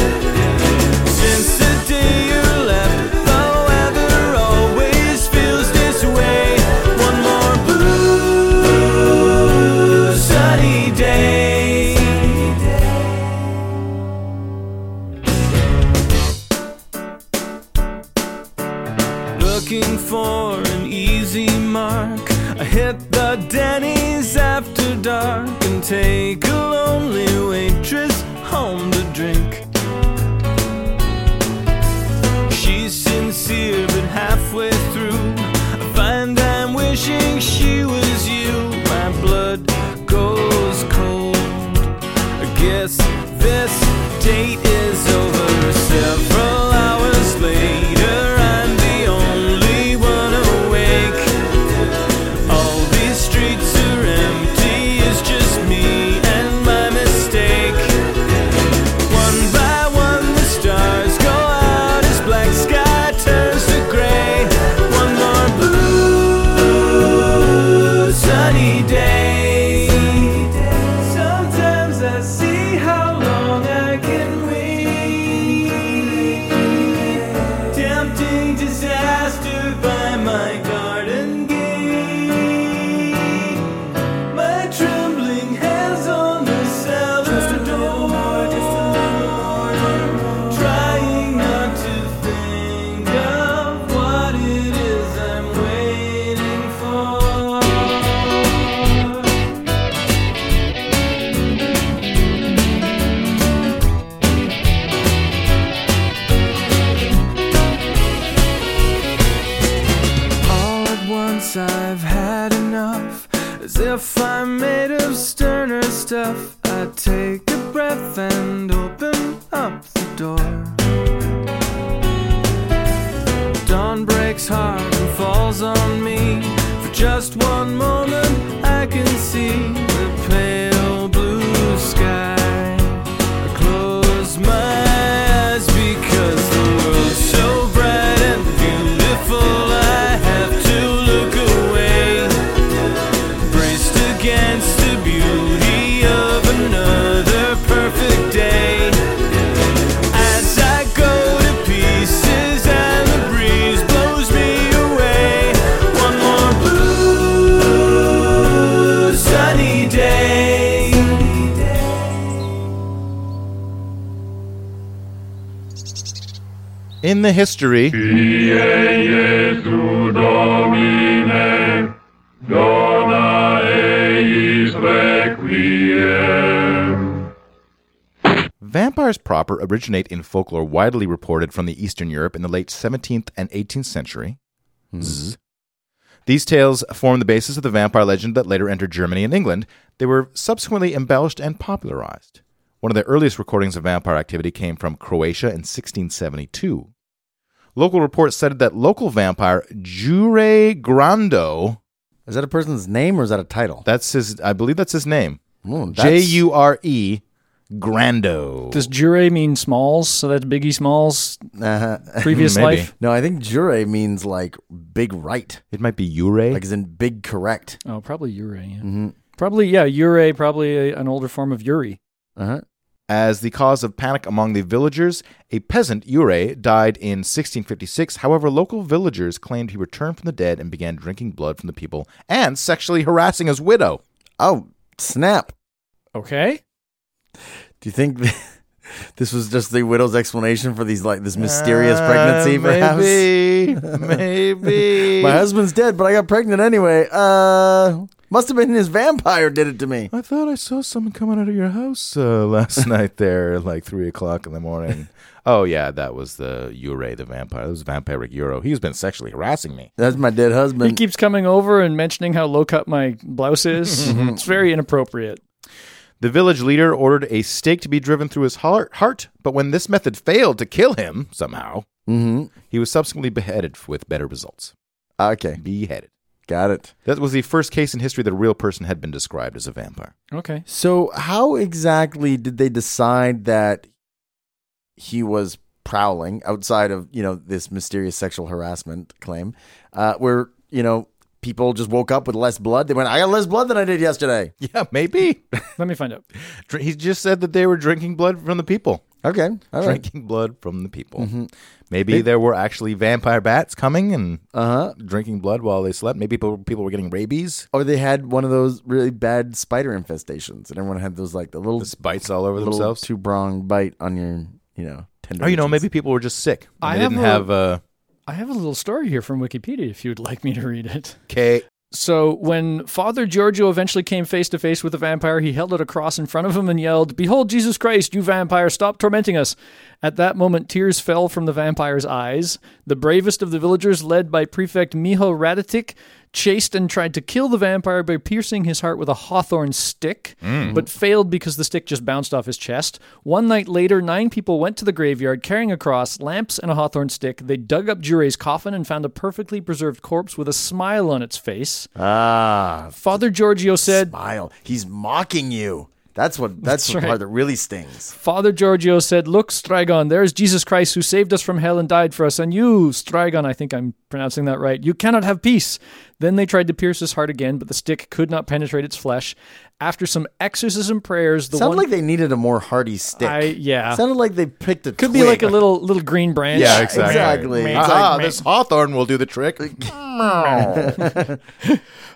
G: Since the day you left, the weather always feels this way. One more blue, sunny day. Looking for an easy mark. I hit the Denny's after dark and take a lonely waitress home to drink. She's sincere, but halfway through, I find I'm wishing she was you. My blood goes cold. I guess this date is over. Several hours later, I'm the only one awake. All these streets are empty, it's just me and my mistake. One by one, the stars go out as black sky turns to gray. One more blue, sunny day. Sometimes I see how long I can wait. Tempting disaster by my garden gate. My trembling hands on the cellar door. Trying not to think of what it is I'm waiting for. All at once I've had enough. As if I'm made of sterner stuff. I take a breath and open up the door. Dawn breaks hard and falls on me. For just one moment, I can see the pale blue sky. I close my eyes because the world's so bright and beautiful. I have to look away, braced against the beauty of another perfect day. As I go to pieces and the breeze blows me away, one more blue sunny day.
E: In the history, Vampires proper originate in folklore widely reported from the Eastern Europe in the late 17th and 18th century. Zzz. These tales form the basis of the vampire legend that later entered Germany and England. They were subsequently embellished and popularized. One of the earliest recordings of vampire activity came from Croatia in 1672. Local reports cited that local vampire Jure Grando,
C: Is that a person's name or is that a title?
E: that's his I believe that's his name,
C: Mm,
E: J
C: that's-
E: U R E Grando.
D: Does Jure mean Smalls? So that's Biggie Smalls'
C: Uh-huh.
D: previous
E: Maybe.
D: life.
C: No, I think jure means like big right,
E: it might be Ure.
C: like as in big correct.
D: Oh, probably Ure. Yeah.
E: Mm-hmm.
D: Probably yeah. Ure. Probably a, an older form of Yuri.
C: Uh
E: Uh-huh.
C: huh.
E: As the cause of panic among the villagers, a peasant, Ure, died in 1656. However, local villagers claimed he returned from the dead and began drinking blood from the people and sexually harassing his widow.
C: Oh snap!
D: Okay.
C: Do you think th- this was just the widow's explanation for these like this mysterious pregnancy?
E: Uh,
C: Perhaps
E: Maybe. Maybe.
C: my husband's dead, but I got pregnant anyway. Uh, must have been his vampire did it to me.
E: I thought I saw someone coming out of your house uh, last night there, at, like three o'clock in the morning. oh yeah, that was the Ure, the vampire. That was vampiric Euro. He's been sexually harassing me.
C: That's my dead
D: He
C: husband.
D: keeps coming over and mentioning how low cut my blouse is.
E: Mm-hmm.
D: it's very inappropriate.
E: The village leader ordered a stake to be driven through his heart, heart but when this method failed to kill him somehow,
C: mm-hmm.
E: he was subsequently beheaded with better results.
C: Okay,
E: Beheaded.
C: got it.
E: That was the first case in history that a real person had been described as a vampire.
D: Okay.
C: So, how exactly did they decide that he was prowling outside of you know this mysterious sexual harassment claim, uh, where you know people just woke up with less blood? They went, "I got less blood than I did yesterday."
E: Yeah, maybe.
D: Let me find out.
E: Dr- he just said that they were drinking blood from the people.
C: Okay, all right. Mm-hmm.
E: drinking blood from the people. Maybe there were actually vampire bats coming and
C: Uh huh.
E: drinking blood while they slept. Maybe people, people were getting rabies.
C: Or they had one of those really bad spider infestations, and everyone had those like the little
E: Just bites all over
C: little
E: themselves.
C: two prong bite on your you know tender.
E: or you know,
C: regions.
E: maybe people were just sick. and
D: I
E: they didn't
D: have
E: have uh,
D: I have a little story here from Wikipedia if you'd like me to read it.
E: K.
D: So when Father Giorgio eventually came face to face with the vampire, he held out a cross in front of him and yelled, "Behold Jesus Christ, you vampire, stop tormenting us." At that moment, tears fell from the vampire's eyes. The bravest of the villagers, led by Prefect Miho Radatic, chased and tried to kill the vampire by piercing his heart with a hawthorn stick, but failed because the stick just bounced off his chest. One night later, nine people went to the graveyard carrying a cross, lamps, and a hawthorn stick. They dug up Jure's coffin and found a perfectly preserved corpse with a smile on its face.
C: ah
D: Father Giorgio said,
C: smile. He's mocking you. That's what that's, the
D: right.
C: part that really stings.
D: Father Giorgio said, Look, Strigon, there's Jesus Christ who saved us from hell and died for us. And you, Strigon, I think I'm pronouncing that right, you cannot have peace. Then they tried to pierce his heart again, but the stick could not penetrate its flesh. After some exorcism prayers, the
C: Sounded
D: one
C: like they needed a more hardy stick.
D: I- yeah.
C: Sounded like they picked a
D: could be like a little little green branch.
E: Yeah, exactly.
C: exactly. It's
E: Ah,
D: like-
E: this hawthorn will do the trick.
C: Ah.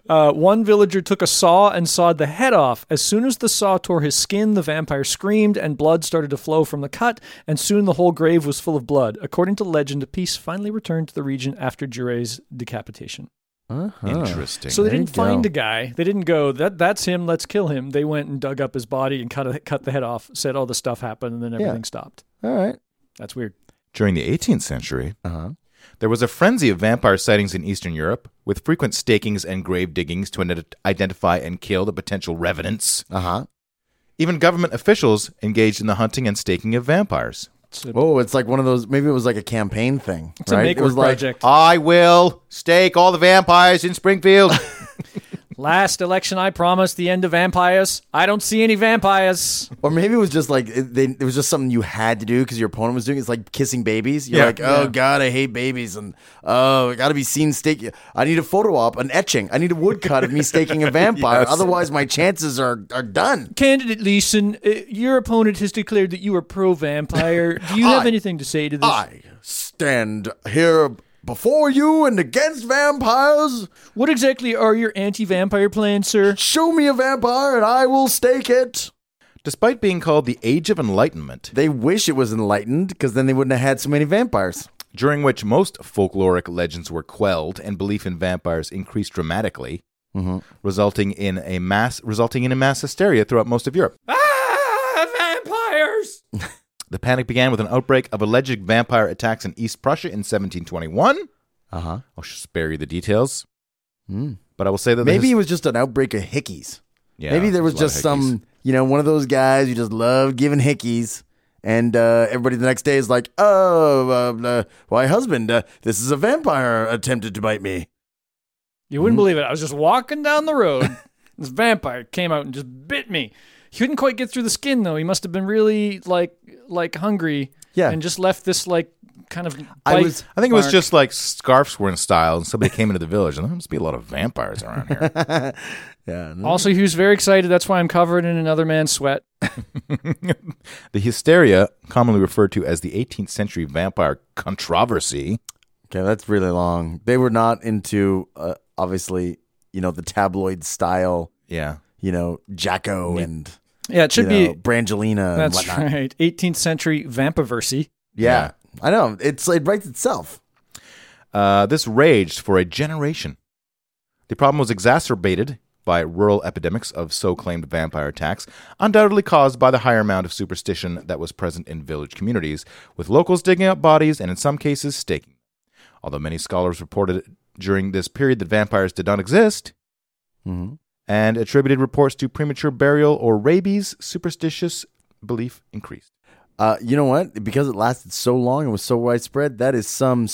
D: Uh, one villager took a saw and sawed the head off. As soon as the saw tore his skin, the vampire screamed and blood started to flow from the cut, and soon the whole grave was full of blood. According to legend, peace finally returned to the region after Jure's decapitation.
E: Interesting.
D: So they
C: There you
D: didn't find
C: go.
D: a guy. They didn't go that that's him. Let's kill him. They went and dug up his body and cut a, cut the head off. Said all the stuff happened, and then everything stopped.
C: All right.
D: That's weird.
E: During the 18th century,
C: Uh-huh.
E: there was a frenzy of vampire sightings in Eastern Europe, with frequent stakings and grave diggings to ident- identify and kill the potential revenants.
C: Uh-huh.
E: Even government officials engaged in the hunting and staking of vampires.
D: It's a,
C: Oh, it's like one of those maybe it was like a campaign thing.
D: it's
C: right?
D: a make
C: it was like
D: project.
E: I will stake all the vampires in Springfield.
D: Last election, I promised the end of vampires. I don't see any vampires.
C: or maybe it was just like it, they, it was just something you had to do because your opponent was doing it. it's like kissing babies. You're
E: Yeah.
C: like, oh God, I hate babies and oh I gotta be seen stake I need a photo op, an etching. I need a woodcut of me staking a vampire. Otherwise my chances are are done.
D: Candidate Leeson, uh, your opponent has declared that you are pro vampire. Do you have
C: I-
D: anything to say to this?
C: I stand here before you and against vampires.
D: What exactly are your anti vampire plans, sir?
C: Show me a vampire and I will stake it.
E: Despite being called the Age of Enlightenment,
C: They wish it was enlightened because then they wouldn't have had so many vampires.
E: during which most folkloric legends were quelled and belief in vampires increased dramatically, Mm-hmm. resulting in a mass resulting in a mass hysteria throughout most of Europe.
D: Ah, vampires!
E: The panic began with an outbreak of alleged vampire attacks in East Prussia in 1721.
C: Uh huh.
E: I'll spare you the details, but I will say that the
C: Maybe
E: his-
C: it was just an outbreak of hickeys.
E: Yeah,
C: Maybe there was
E: there's a
C: just
E: lot of hickeys.
C: some, you know, one of those guys who just loved giving hickeys. And uh, everybody the next day is like, oh, uh, uh, why, husband, uh, this is a vampire attempted to bite me. Hmm.
D: You wouldn't believe it. I was just walking down the road. this vampire came out and just bit me. He couldn't quite get through the skin though. He must have been really like like hungry.
C: Yeah.
D: and just left this like kind of.
E: I
D: bite
E: was. I think it
D: mark.
E: was just like scarfs were in style, and somebody came into the village, and there must be a lot of vampires around here.
C: Yeah.
D: Also, he was very excited. That's why I'm covered in another man's sweat.
E: the hysteria, commonly referred to as the 18th century vampire controversy,
C: Okay, that's really long. They were not into uh, obviously, you know, the tabloid style,
E: yeah,
C: you know, Jacko and
D: Yeah, it
C: you
D: should
C: know,
D: be.
C: Brangelina. and
D: That's
C: whatnot.
D: right. 18th century vampiversy.
C: Yeah. I know. It's it writes itself.
E: Uh, this raged for a generation. The problem was exacerbated by rural epidemics of so claimed vampire attacks, undoubtedly caused by the higher amount of superstition that was present in village communities, with locals digging up bodies and in some cases staking. Although many scholars reported during this period that vampires did not exist, Mm-hmm.
C: Mhm.
E: and attributed reports to premature burial or rabies, superstitious belief increased.
C: Uh, you know what? Because it lasted so long and was so widespread, that is some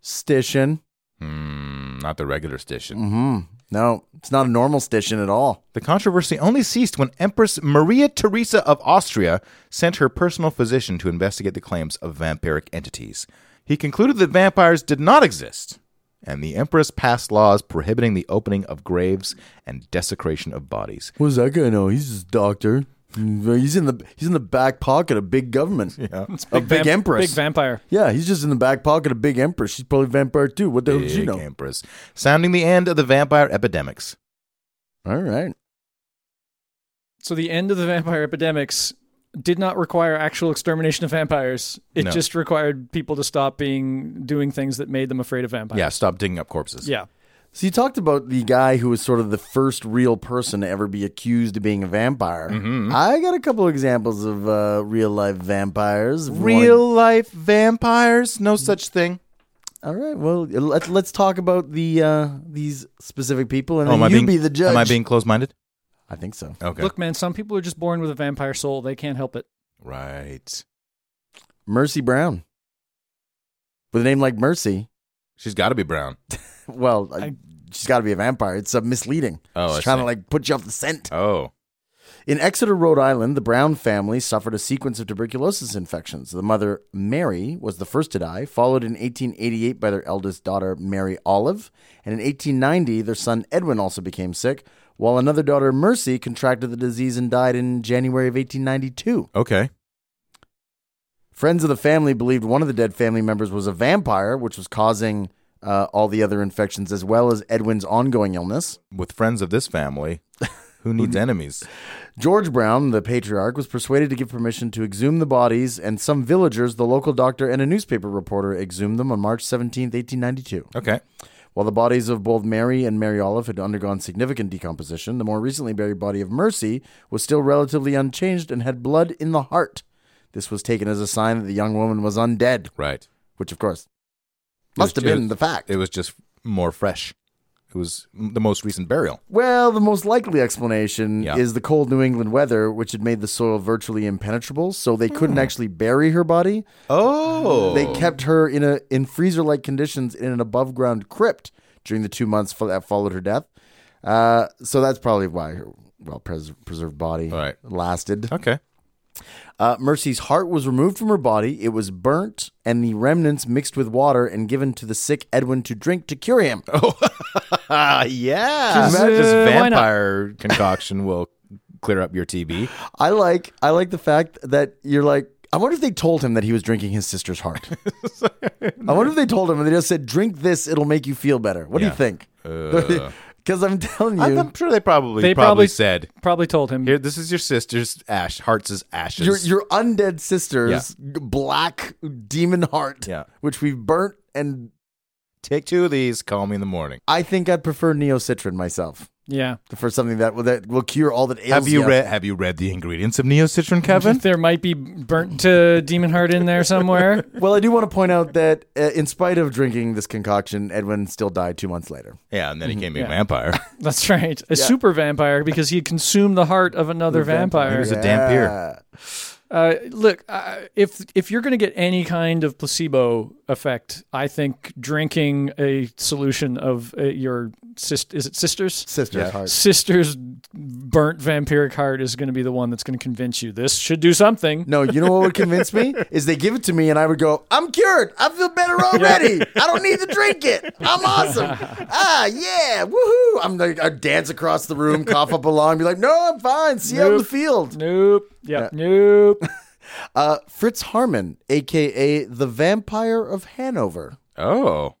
C: superstition.
E: Hmm, not the regular stition.
C: Hmm. No, it's not a normal stition at all.
E: The controversy only ceased when Empress Maria Theresa of Austria sent her personal physician to investigate the claims of vampiric entities. He concluded that vampires did not exist, and the Empress passed laws prohibiting the opening of graves and desecration of bodies.
C: What does that guy know? He's just a doctor. He's in the he's in the back pocket of big government. Yeah. a big
D: Vamp-
C: empress.
D: Big vampire.
C: Yeah, he's just in the back pocket of Big Empress. She's probably vampire too. What the hell did you
E: Big
C: know?
E: Empress. Sounding the end of the vampire epidemics.
C: All right.
D: So the end of the vampire epidemics did not require actual extermination of vampires. It
E: No.
D: just required people to stop being doing things that made them afraid of vampires.
E: Yeah, stop digging up corpses.
D: Yeah.
C: So you talked about the guy who was sort of the first real person to ever be accused of being a vampire. I got a couple of examples of uh, real life vampires. If you wanna-
E: Real life vampires? No such thing.
C: All right. Well, let's let's talk about the uh, these specific people, and
E: Oh, am
C: then
E: I
C: you
E: being,
C: be the judge.
E: Am I being close minded?
C: I think so.
E: Okay.
D: Look, man, some people are just born with a vampire soul. They can't help it.
E: Right.
C: Mercy Brown, with a name like Mercy.
E: She's got to be brown.
C: Well, I, she's got to be a vampire. It's uh, misleading.
E: Oh,
C: she's
E: I
C: trying to
E: see.
C: like put you off the scent.
E: Oh.
C: In Exeter, Rhode Island, the Brown family suffered a sequence of tuberculosis infections. The mother, Mary, was the first to die, followed in 1888 by their eldest daughter, Mary Olive, and in 1890, their son Edwin also became sick, while another daughter, Mercy, contracted the disease and died in January of 1892.
E: Okay.
C: Friends of the family believed one of the dead family members was a vampire, which was causing uh, all the other infections as well as Edwin's ongoing illness.
E: with friends of this family who needs enemies
C: George Brown, the patriarch, was persuaded to give permission to exhume the bodies, and some villagers, the local doctor, and a newspaper reporter exhumed them on March 17, 1892.
E: okay
C: While the bodies of both Mary and Mary Olive had undergone significant decomposition, the more recently buried body of Mercy was still relatively unchanged and had blood in the heart. This was taken as a sign that the young woman was undead,
E: right
C: which, of course,
E: was
C: must have been
E: just-
C: the fact.
E: it was just more fresh it was m- the most recent burial
C: Well, the most likely explanation
E: Yeah.
C: is the cold New England weather, which had made the soil virtually impenetrable, so they couldn't actually bury her body.
E: oh
C: They kept her in a in freezer like conditions in an above ground crypt during the two months fo- that followed her death. Uh, so that's probably why her well pres- preserved body
E: Right.
C: lasted.
E: okay
C: Uh, Mercy's heart was removed from her body. It was burnt, and the remnants mixed with water and given to the sick Edwin to drink to cure him.
E: Oh. ah yeah
D: Just,
E: Imagine this
D: uh, why not?
E: vampire concoction will clear up your tb
C: I like I like the fact that you're like. I wonder if they told him that he was drinking his sister's heart. I wonder if they told him and they just said, "Drink this; it'll make you feel better." What
E: Yeah. Uh.
C: do you think? Because I'm telling you,
E: I'm, I'm sure they probably
D: They
E: probably
D: probably-
E: said
D: Probably told him.
E: here this is your sister's ash hearts' ashes
C: your your undead sister's g- black demon heart,
E: Yeah.
C: which we've burnt. And
E: take two of these call me in the morning
C: I think I'd prefer neocitrin myself
D: yeah.
C: for something that will that will cure all that ails
E: have you
C: ya.
E: read have you read the ingredients of neocitrin kevin
D: There might be burnt uh, demon heart in there somewhere.
C: Well, I do want to point out that uh, in spite of drinking this concoction, Edwin still died two months later.
E: yeah and then he came to be a vampire
D: That's right. A super vampire because he consumed the heart of another
E: he
D: vampire.
E: was a dampier
C: Uh,
D: Uh, look, uh, if if you're going to get any kind of placebo effect, I think drinking a solution of uh, your sis- is it sister's
C: sister's heart.
D: sister's burnt vampiric heart is going to be the one that's going to convince you this should do something.
C: No, you know what would convince me is they give it to me and I would go, I'm cured. I feel better already. I don't need to drink it. I'm awesome. Ah, yeah, woohoo! I'm like, I'd dance across the room, cough up a lung, be like, No, I'm fine. See you out in the
D: Nope.
C: field.
D: Nope. Yep. Nope.
C: Uh, Fritz Harman, aka the Vampire of Hanover.
E: Oh.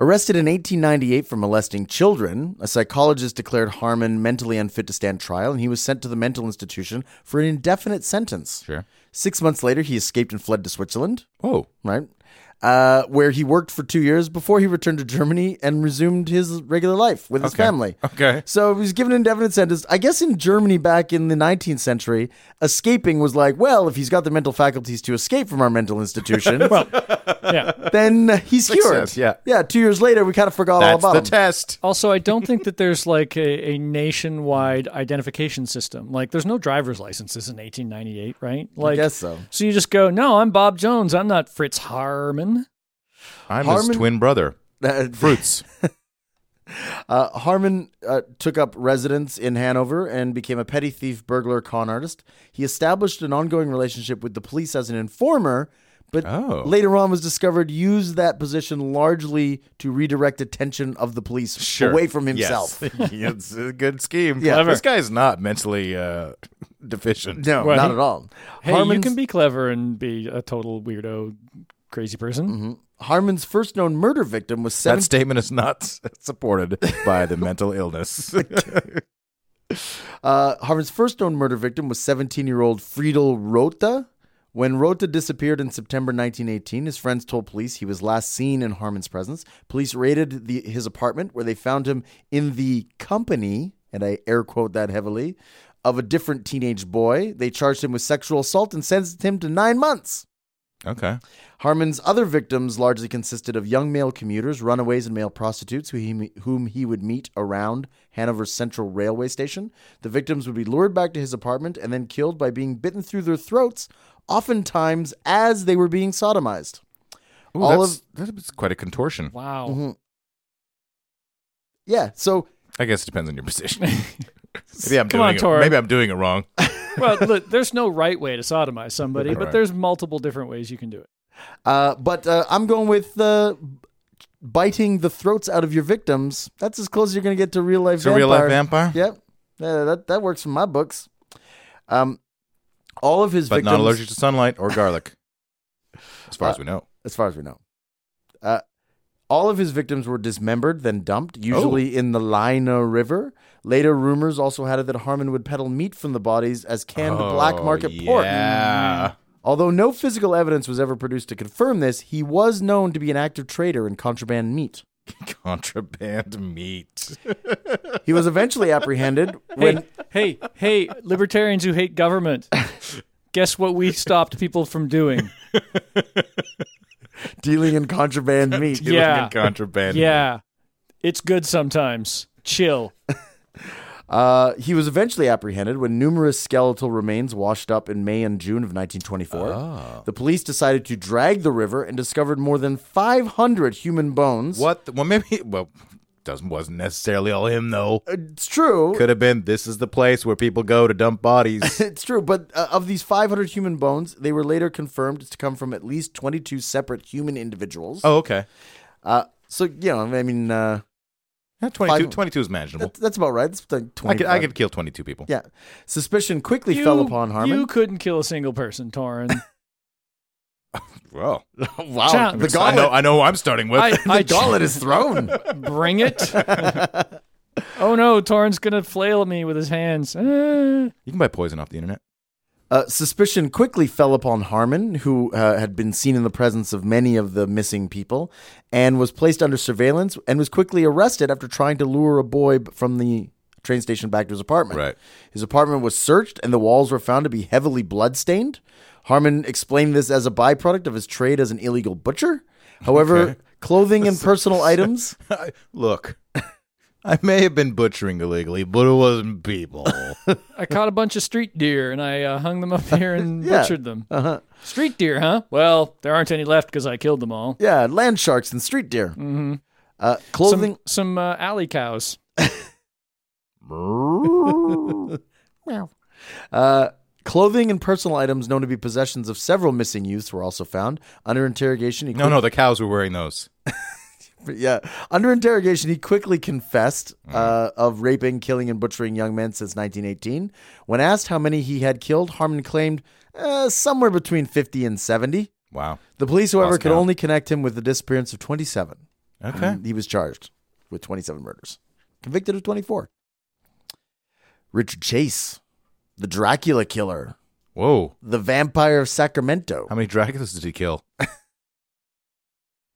C: Arrested in 1898 for molesting children, a psychologist declared Harmon mentally unfit to stand trial, and he was sent to the mental institution for an indefinite sentence.
E: Sure.
C: Six months later, he escaped and fled to Switzerland,
E: Whoa.
C: right? Uh, where he worked for two years before he returned to Germany and resumed his regular life with his
E: Okay.
C: family.
E: Okay.
C: So he was given an indefinite sentence. I guess in Germany back in the 19th century, escaping was like, well, if he's got the mental faculties to escape from our mental institution, well,
D: yeah.
C: then he's
E: Makes
C: cured.
E: sense, yeah.
C: Yeah. Two years later, we kind of forgot
E: That's
C: all
E: the
C: about him.
E: test.
D: Also, I don't think that there's like a, a nationwide identification system. Like, there's no driver's licenses in 1898, right? Like,
C: guess so.
D: So you just go, no, I'm Bob Jones. I'm not Fritz Harman.
E: I'm his
C: Harmon-
E: twin brother.
C: Uh,
E: Fruits.
C: Uh, Harmon uh, took up residence in Hanover and became a petty thief, burglar, con artist. He established an ongoing relationship with the police as an informer, but
E: Oh.
C: later on was discovered used that position largely to redirect attention of the police away from himself.
E: Yes. it's a good scheme.
C: Yeah.
E: This guy's not mentally uh, deficient.
C: No,
D: Right.
C: not at all.
D: Hey, you
C: Harmon's-
D: can be clever and be a total weirdo, crazy person.
C: Harmon's first known murder victim was
E: That
C: 17.
E: statement is not s- supported by the mental illness.
C: Uh, Harmon's first known murder victim was 17 year old Friedel Rota. When Rota disappeared in September 1918, his friends told police he was last seen in Harmon's presence. Police raided the, his apartment where they found him in the company, and I air quote that heavily, of a different teenage boy. They charged him with sexual assault and sentenced him to nine months.
E: okay.
C: Harmon's other victims largely consisted of young male commuters, runaways, and male prostitutes who he, whom he would meet around Hanover's Central Railway Station. The victims would be lured back to his apartment and then killed by being bitten through their throats, oftentimes as they were being sodomized.
E: Ooh,
C: All
E: that's, that was quite a contortion.
D: Wow.
C: Mm-hmm. Yeah, so
E: I guess it depends on your position. maybe I'm
D: Come
E: doing
D: on,
E: it.
D: Tor.
E: Maybe I'm doing it wrong.
D: Mm-hmm. well, look, there's no right way to sodomize somebody, but
E: Right.
D: there's multiple different ways you can do it.
C: Uh, but uh, I'm going with uh, biting the throats out of your victims. That's as close as you're going to get to real life.
E: To
C: vampire.
E: real life vampire?
C: Yep, Yeah, that that works for my books. Um, all of his
E: But
C: victims,
E: not allergic to sunlight or garlic, as far
C: Uh,
E: as we know.
C: as far as we know. Uh, all of his victims were dismembered, then dumped, usually
E: Oh.
C: in the Lina River. Later, rumors also had it that Harmon would peddle meat from the bodies as canned black market pork.
E: Oh, Yeah.
C: Although no physical evidence was ever produced to confirm this, he was known to be an active trader in contraband meat.
E: Contraband meat.
C: He was eventually apprehended when
D: Hey, hey, hey, libertarians who hate government. Guess what we stopped people from doing?
C: dealing in contraband meat.
D: Yeah.
E: Looking Contraband.
D: Yeah. It's good sometimes. Chill.
C: Uh, he was eventually apprehended when numerous skeletal remains washed up in May and June of 1924.
E: Oh.
C: The police decided to drag the river and discovered more than 500 human bones.
E: What? The, well, maybe. Well, doesn't wasn't necessarily all him though.
C: Uh, It's true.
E: Could have been. This is the place where people go to dump bodies.
C: it's true, but uh, of these 500 human bones, they were later confirmed to come from at least 22 separate human individuals.
E: oh, okay.
C: Uh, so, you know, I mean, uh,
E: Yeah, 22,
C: Five-
E: 22 is manageable.
C: that's, that's about right. It's like
E: I
C: 20.
E: could, I could kill 22 people.
C: Yeah. Suspicion quickly
D: you,
C: fell upon Harmon.
D: You couldn't kill a single person, Torrin.
E: Well,
C: wow.
D: Cha-
C: the
D: I
E: I
C: gauntlet,
E: know, I know who I'm starting with.
D: I, I
C: the gauntlet is thrown.
D: bring it. oh no, Torrin's gonna flail at me with his hands. Eh.
E: you can buy poison off the internet.
C: Uh, suspicion quickly fell upon Harmon, who uh, had been seen in the presence of many of the missing people, and was placed under surveillance and was quickly arrested after trying to lure a boy b- from the train station back to his apartment.
E: Right.
C: His apartment was searched, and the walls were found to be heavily bloodstained. Harmon explained this as a byproduct of his trade as an illegal butcher. However, clothing and personal items.
E: Look, I may have been butchering illegally, but it wasn't people.
D: I caught a bunch of street deer and I uh, hung them up here and
C: Yeah.
D: butchered them. Uh-huh. Street deer, huh? Well, there aren't any left because I killed them all.
C: Yeah, land sharks and street deer. Mm-hmm. Uh,
D: Some
C: clothing.
D: some uh, alley cows.
C: Uh, clothing and personal items known to be possessions of several missing youths were also found under interrogation. He
E: No, no, the cows were wearing those.
C: But yeah, under interrogation, he quickly confessed
E: Mm-hmm.
C: uh, of raping, killing, and butchering young men since 1918. When asked how many he had killed, Harmon claimed uh, somewhere between 50 and 70.
E: Wow.
C: The police, however,
E: Lost
C: could
E: count.
C: only connect him with the disappearance of 27.
E: Okay.
C: He was charged with 27 murders, convicted of 24. Richard Chase, the Dracula killer,
E: Whoa.
C: the vampire of Sacramento.
E: How many Draculas did he kill?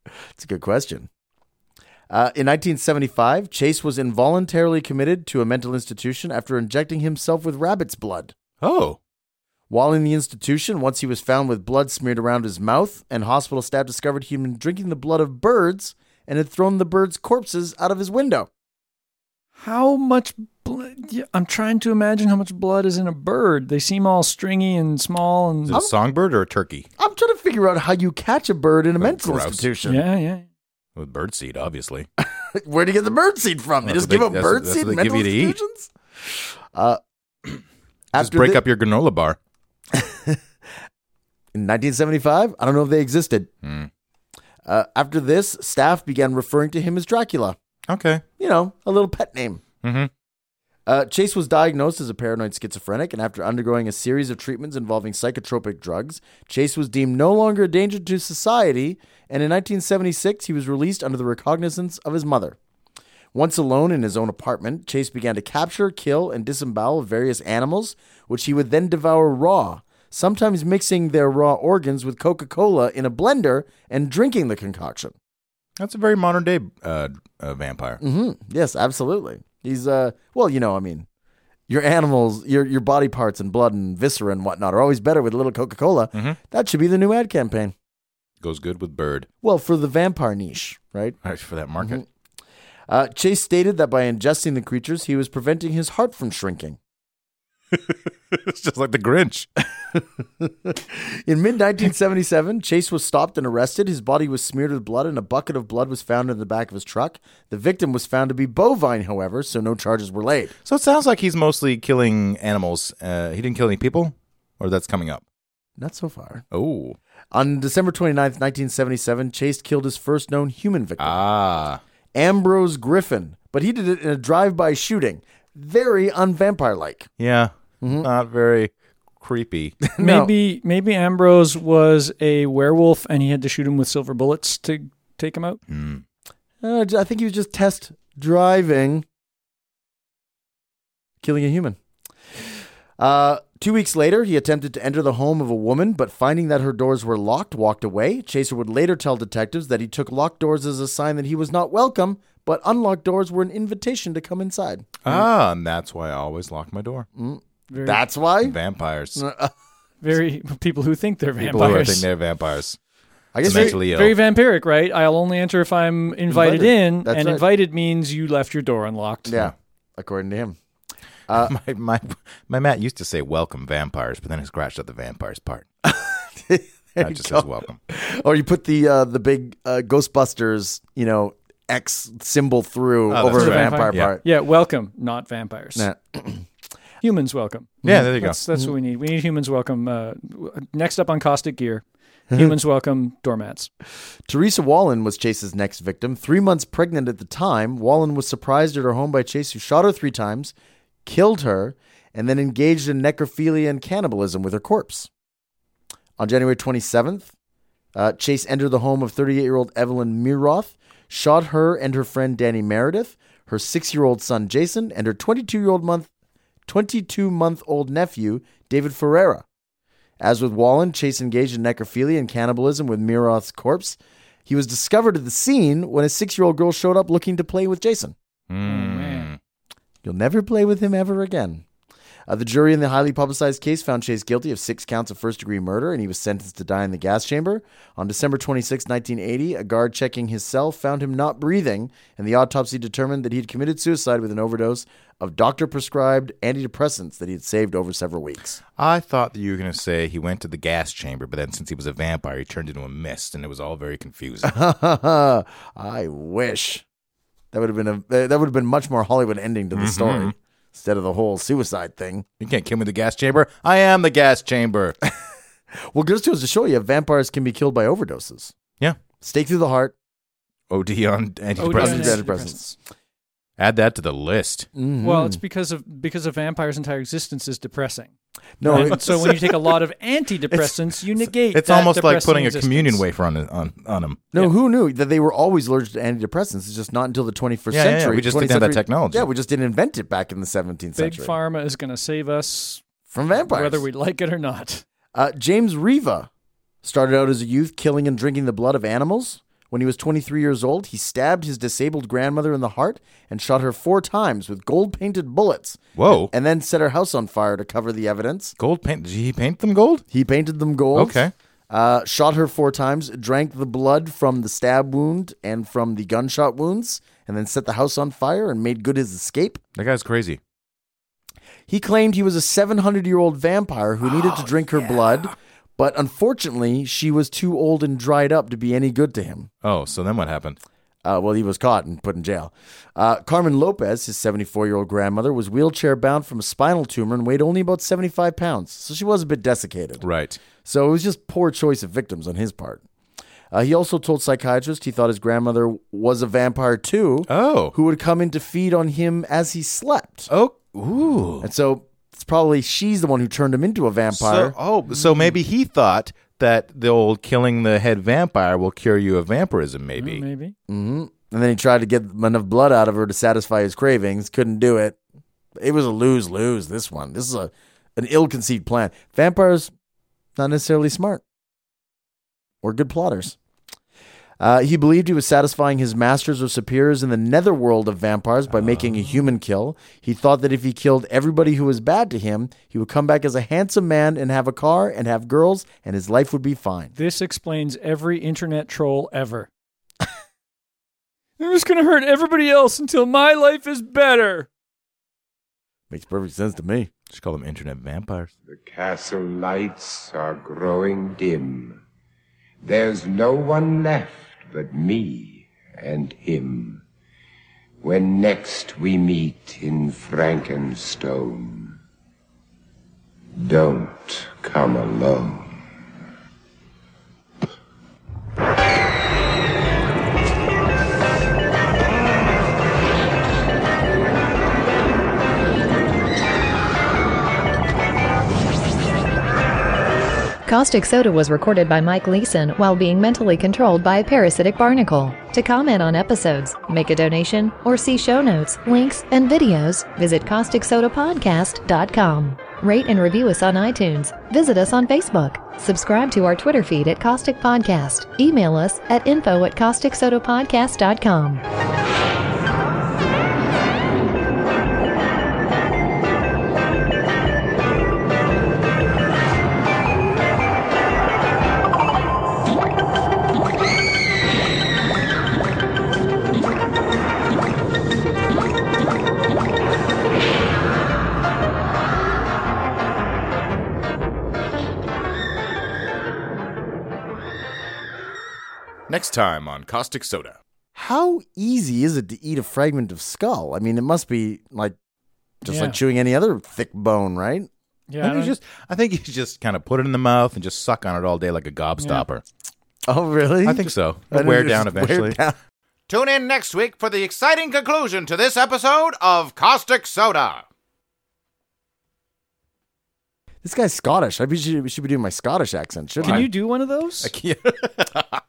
C: It's a good question. Uh, in 1975, Chase was involuntarily committed to a mental institution after injecting himself with rabbit's blood.
E: Oh.
C: While in the institution, once he was found with blood smeared around his mouth, and hospital staff discovered he had been drinking the blood of birds and had thrown the birds' corpses out of his window.
D: How much blood? yeah, I'm trying to imagine how much blood is in a bird. They seem all stringy and small
E: Is
D: and
C: Oh.
E: it a songbird or a turkey?
C: I'm trying to figure out how you catch a bird in a
E: Oh,
C: mental
E: gross.
C: institution.
D: yeah, yeah.
E: With birdseed, obviously.
C: Where'd you get the bird seed from? They
E: That's
C: just
E: what
C: give
E: they-
C: them
E: that's what-
C: bird
E: that's
C: seed
E: what
C: in
E: they
C: mental
E: give you to eat.
C: institutions? Uh,
E: Just
C: after
E: break
C: thi-
E: up your granola bar.
C: In 1975, I don't know if they existed.
E: Hmm.
C: Uh, after this, staff began referring to him as Dracula.
E: Okay.
C: You know, a little pet name.
E: Mhm.
C: Uh, Chase was diagnosed as a paranoid schizophrenic, and after undergoing a series of treatments involving psychotropic drugs, Chase was deemed no longer a danger to society, and in 1976, he was released under the recognizance of his mother. Once alone in his own apartment, Chase began to capture, kill, and disembowel various animals, which he would then devour raw, sometimes mixing their raw organs with Coca Cola in a blender and drinking the concoction.
E: That's a very modern day uh, uh, vampire.
C: hmm Yes, absolutely. He's uh, well, you know, I mean, your animals, your your body parts and blood and viscera and whatnot are always better with a little Coca Cola.
E: Mhm.
C: That should be the new ad campaign.
E: Goes good with bird.
C: Well, for the vampire niche, right?
E: All right, for that market.
C: Mm-hmm. Uh, Chase stated that by ingesting the creatures, he was preventing his heart from shrinking.
E: it's just like the Grinch.
C: In mid 1977, Chase was stopped and arrested. His body was smeared with blood, and a bucket of blood was found in the back of his truck. The victim was found to be bovine, however, so no charges were laid.
E: So it sounds like he's mostly killing animals. Uh, he didn't kill any people, or that's coming up.
C: Not so far.
E: Oh,
C: On December 29th, 1977, Chase killed his first known human victim,
E: ah,
C: Ambrose Griffin, but he did it in a drive by shooting. Very unvampire like.
E: yeah,
C: Mm-hmm.
E: not very creepy.
D: Maybe maybe Ambrose was a werewolf and he had to shoot him with silver bullets to take him out.
E: Mm.
C: Uh, I think he was just test driving, killing a human. Uh, two weeks later, he attempted to enter the home of a woman, but finding that her doors were locked, walked away. Chaser would later tell detectives that he took locked doors as a sign that he was not welcome, but unlocked doors were an invitation to come inside.
E: ah, and that's why I always lock my door.
C: Mm-hmm.
D: Very,
C: That's why.
E: Vampires,
C: Uh,
D: very people who think they're
E: people who are
D: vampires.
E: think they're vampires,
C: I guess
E: mentally ill.
D: very vampiric, right? I'll only enter if I'm invited,
C: Invited.
D: in,
C: That's
D: and
C: right.
D: invited means you left your door unlocked.
C: Yeah, according to him.
E: my, my my Matt used to say "welcome vampires," but then he scratched out the vampires part. That just says "welcome."
C: Or you put the uh, the big uh, Ghostbusters, you know, X symbol through
E: Oh,
C: over
E: that's
C: the
D: right.
C: vampire
E: Yeah.
C: part.
D: Yeah, welcome, not vampires.
C: Nah. Mm-hmm.
D: Humans welcome.
E: Yeah, there you go.
D: That's that's what we need. We need humans welcome. Uh, w- next up on caustic gear,
C: Mm-hmm.
D: humans welcome doormats.
C: Teresa Wallen was Chase's next victim. Three months pregnant at the time, Wallen was surprised at her home by Chase, who shot her three times, killed her, and then engaged in necrophilia and cannibalism with her corpse. On January 27th, uh, Chase entered the home of 38 year old Evelyn Miroth, shot her and her friend Danny Meredith, her six year old son Jason, and her 22 year old month. 22 month old nephew, David Ferreira. As with Wallen, Chase engaged in necrophilia and cannibalism with Miroth's corpse. He was discovered at the scene when a six year old girl showed up looking to play with Jason.
D: Oh,
E: Mm.
C: You'll never play with him ever again. Uh, the jury in the highly publicized case found Chase guilty of six counts of first degree murder, and he was sentenced to die in the gas chamber. On December 26, 1980, a guard checking his cell found him not breathing, and the autopsy determined that he had committed suicide with an overdose of doctor prescribed antidepressants that he had saved over several weeks.
E: I thought that you were going to say he went to the gas chamber, but then since he was a vampire, he turned into a mist, and it was all very confusing. Mm-hmm.
C: I wish that would have been a that would have been much more Hollywood ending to the story. instead of the whole suicide thing.
E: You can't kill me with the gas chamber. I am the gas chamber.
C: Well, goes to to show you vampires can be killed by overdoses.
E: yeah.
C: Stake through the heart.
E: OD on
C: Presence,
E: antidepressants.
C: antidepressants. presence.
E: Add that to the list.
C: Mm-hmm.
D: Well, it's because of because a vampire's entire existence is depressing.
C: No,
D: And
C: it's,
D: so when you take a lot of antidepressants, you negate.
E: It's
D: that
E: almost like
D: depressing
E: putting
D: existence.
E: a communion wafer on on on him.
C: no. Who knew that they were always allergic to antidepressants? It's just not until the 21st
E: Yeah, yeah, yeah.
C: century.
E: We just
C: 20th
E: didn't have that
C: century-
E: technology.
C: Yeah, we just didn't invent it back in the 17th
D: Big
C: century
D: pharma is going to save us,
C: from vampires.
D: whether we like it or not.
C: Uh, James Riva started out as a youth killing and drinking the blood of animals. When he was 23 years old, he stabbed his disabled grandmother in the heart and shot her four times with gold painted bullets,
E: Whoa.
C: and then set her house on fire to cover the evidence.
E: gold paint. Did he paint them gold?
C: He painted them gold.
E: Okay.
C: Uh, shot her four times, drank the blood from the stab wound and from the gunshot wounds, and then set the house on fire and made good his escape.
E: That guy's crazy.
C: He claimed he was a 700 year old vampire who needed to drink her blood, but unfortunately, she was too old and dried up to be any good to him.
E: Oh, so then what happened?
C: Uh, well, he was caught and put in jail. Uh, Carmen Lopez, his 74 year old grandmother, was wheelchair bound from a spinal tumor and weighed only about 75 pounds, so she was a bit desiccated.
E: Right.
C: So it was just poor choice of victims on his part. Uh, he also told psychiatrists he thought his grandmother was a vampire too,
E: Oh.
C: who would come in to feed on him as he slept.
E: Oh. Ooh.
C: And so it's probably she's the one who turned him into a vampire.
E: So, oh, so maybe he thought that the old killing the head vampire will cure you of vampirism. Maybe.
D: Maybe.
C: Mm-hmm. and then he tried to get enough blood out of her to satisfy his cravings. Couldn't do it. It was a lose lose. This one. This is a an ill conceived plan. Vampires, not necessarily smart or good plotters. Uh, he believed he was satisfying his masters or superiors in the netherworld of vampires by making a human kill. He thought that if he killed everybody who was bad to him, he would come back as a handsome man and have a car and have girls, and his life would be fine.
D: This explains every internet troll ever. I'm just going to hurt everybody else until my life is better.
C: Makes perfect sense to me.
E: Just call them internet vampires.
H: The castle lights are growing dim. There's no one left but me and him. When next we meet in Frankenstone, don't come alone.
I: Caustic Soda was recorded by Mike Leeson while being mentally controlled by a parasitic barnacle. To comment on episodes, make a donation, or see show notes, links, and videos, visit causticsodapodcast.com. Rate and review us on iTunes. Visit us on Facebook. Subscribe to our Twitter feed at Caustic Podcast. Email us at info at causticsodapodcast.com.
E: Next time on Caustic Soda.
C: How easy is it to eat a fragment of skull? I mean, it must be like just
D: Yeah.
C: like chewing any other thick bone, right?
D: Yeah. I
E: I think
D: don't-
E: you just, I think you just kind of put it in the mouth and just suck on it all day like a gobstopper.
C: Oh, really?
E: I think so.
C: I
E: It'll
C: think
E: wear
C: it's
E: down
C: just
E: eventually.
C: down.
E: Tune in next week for the exciting conclusion to this episode of Caustic Soda.
C: This guy's Scottish. I should, should be doing my Scottish accent, shouldn't
D: Can
C: I?
D: you do one of those?
E: I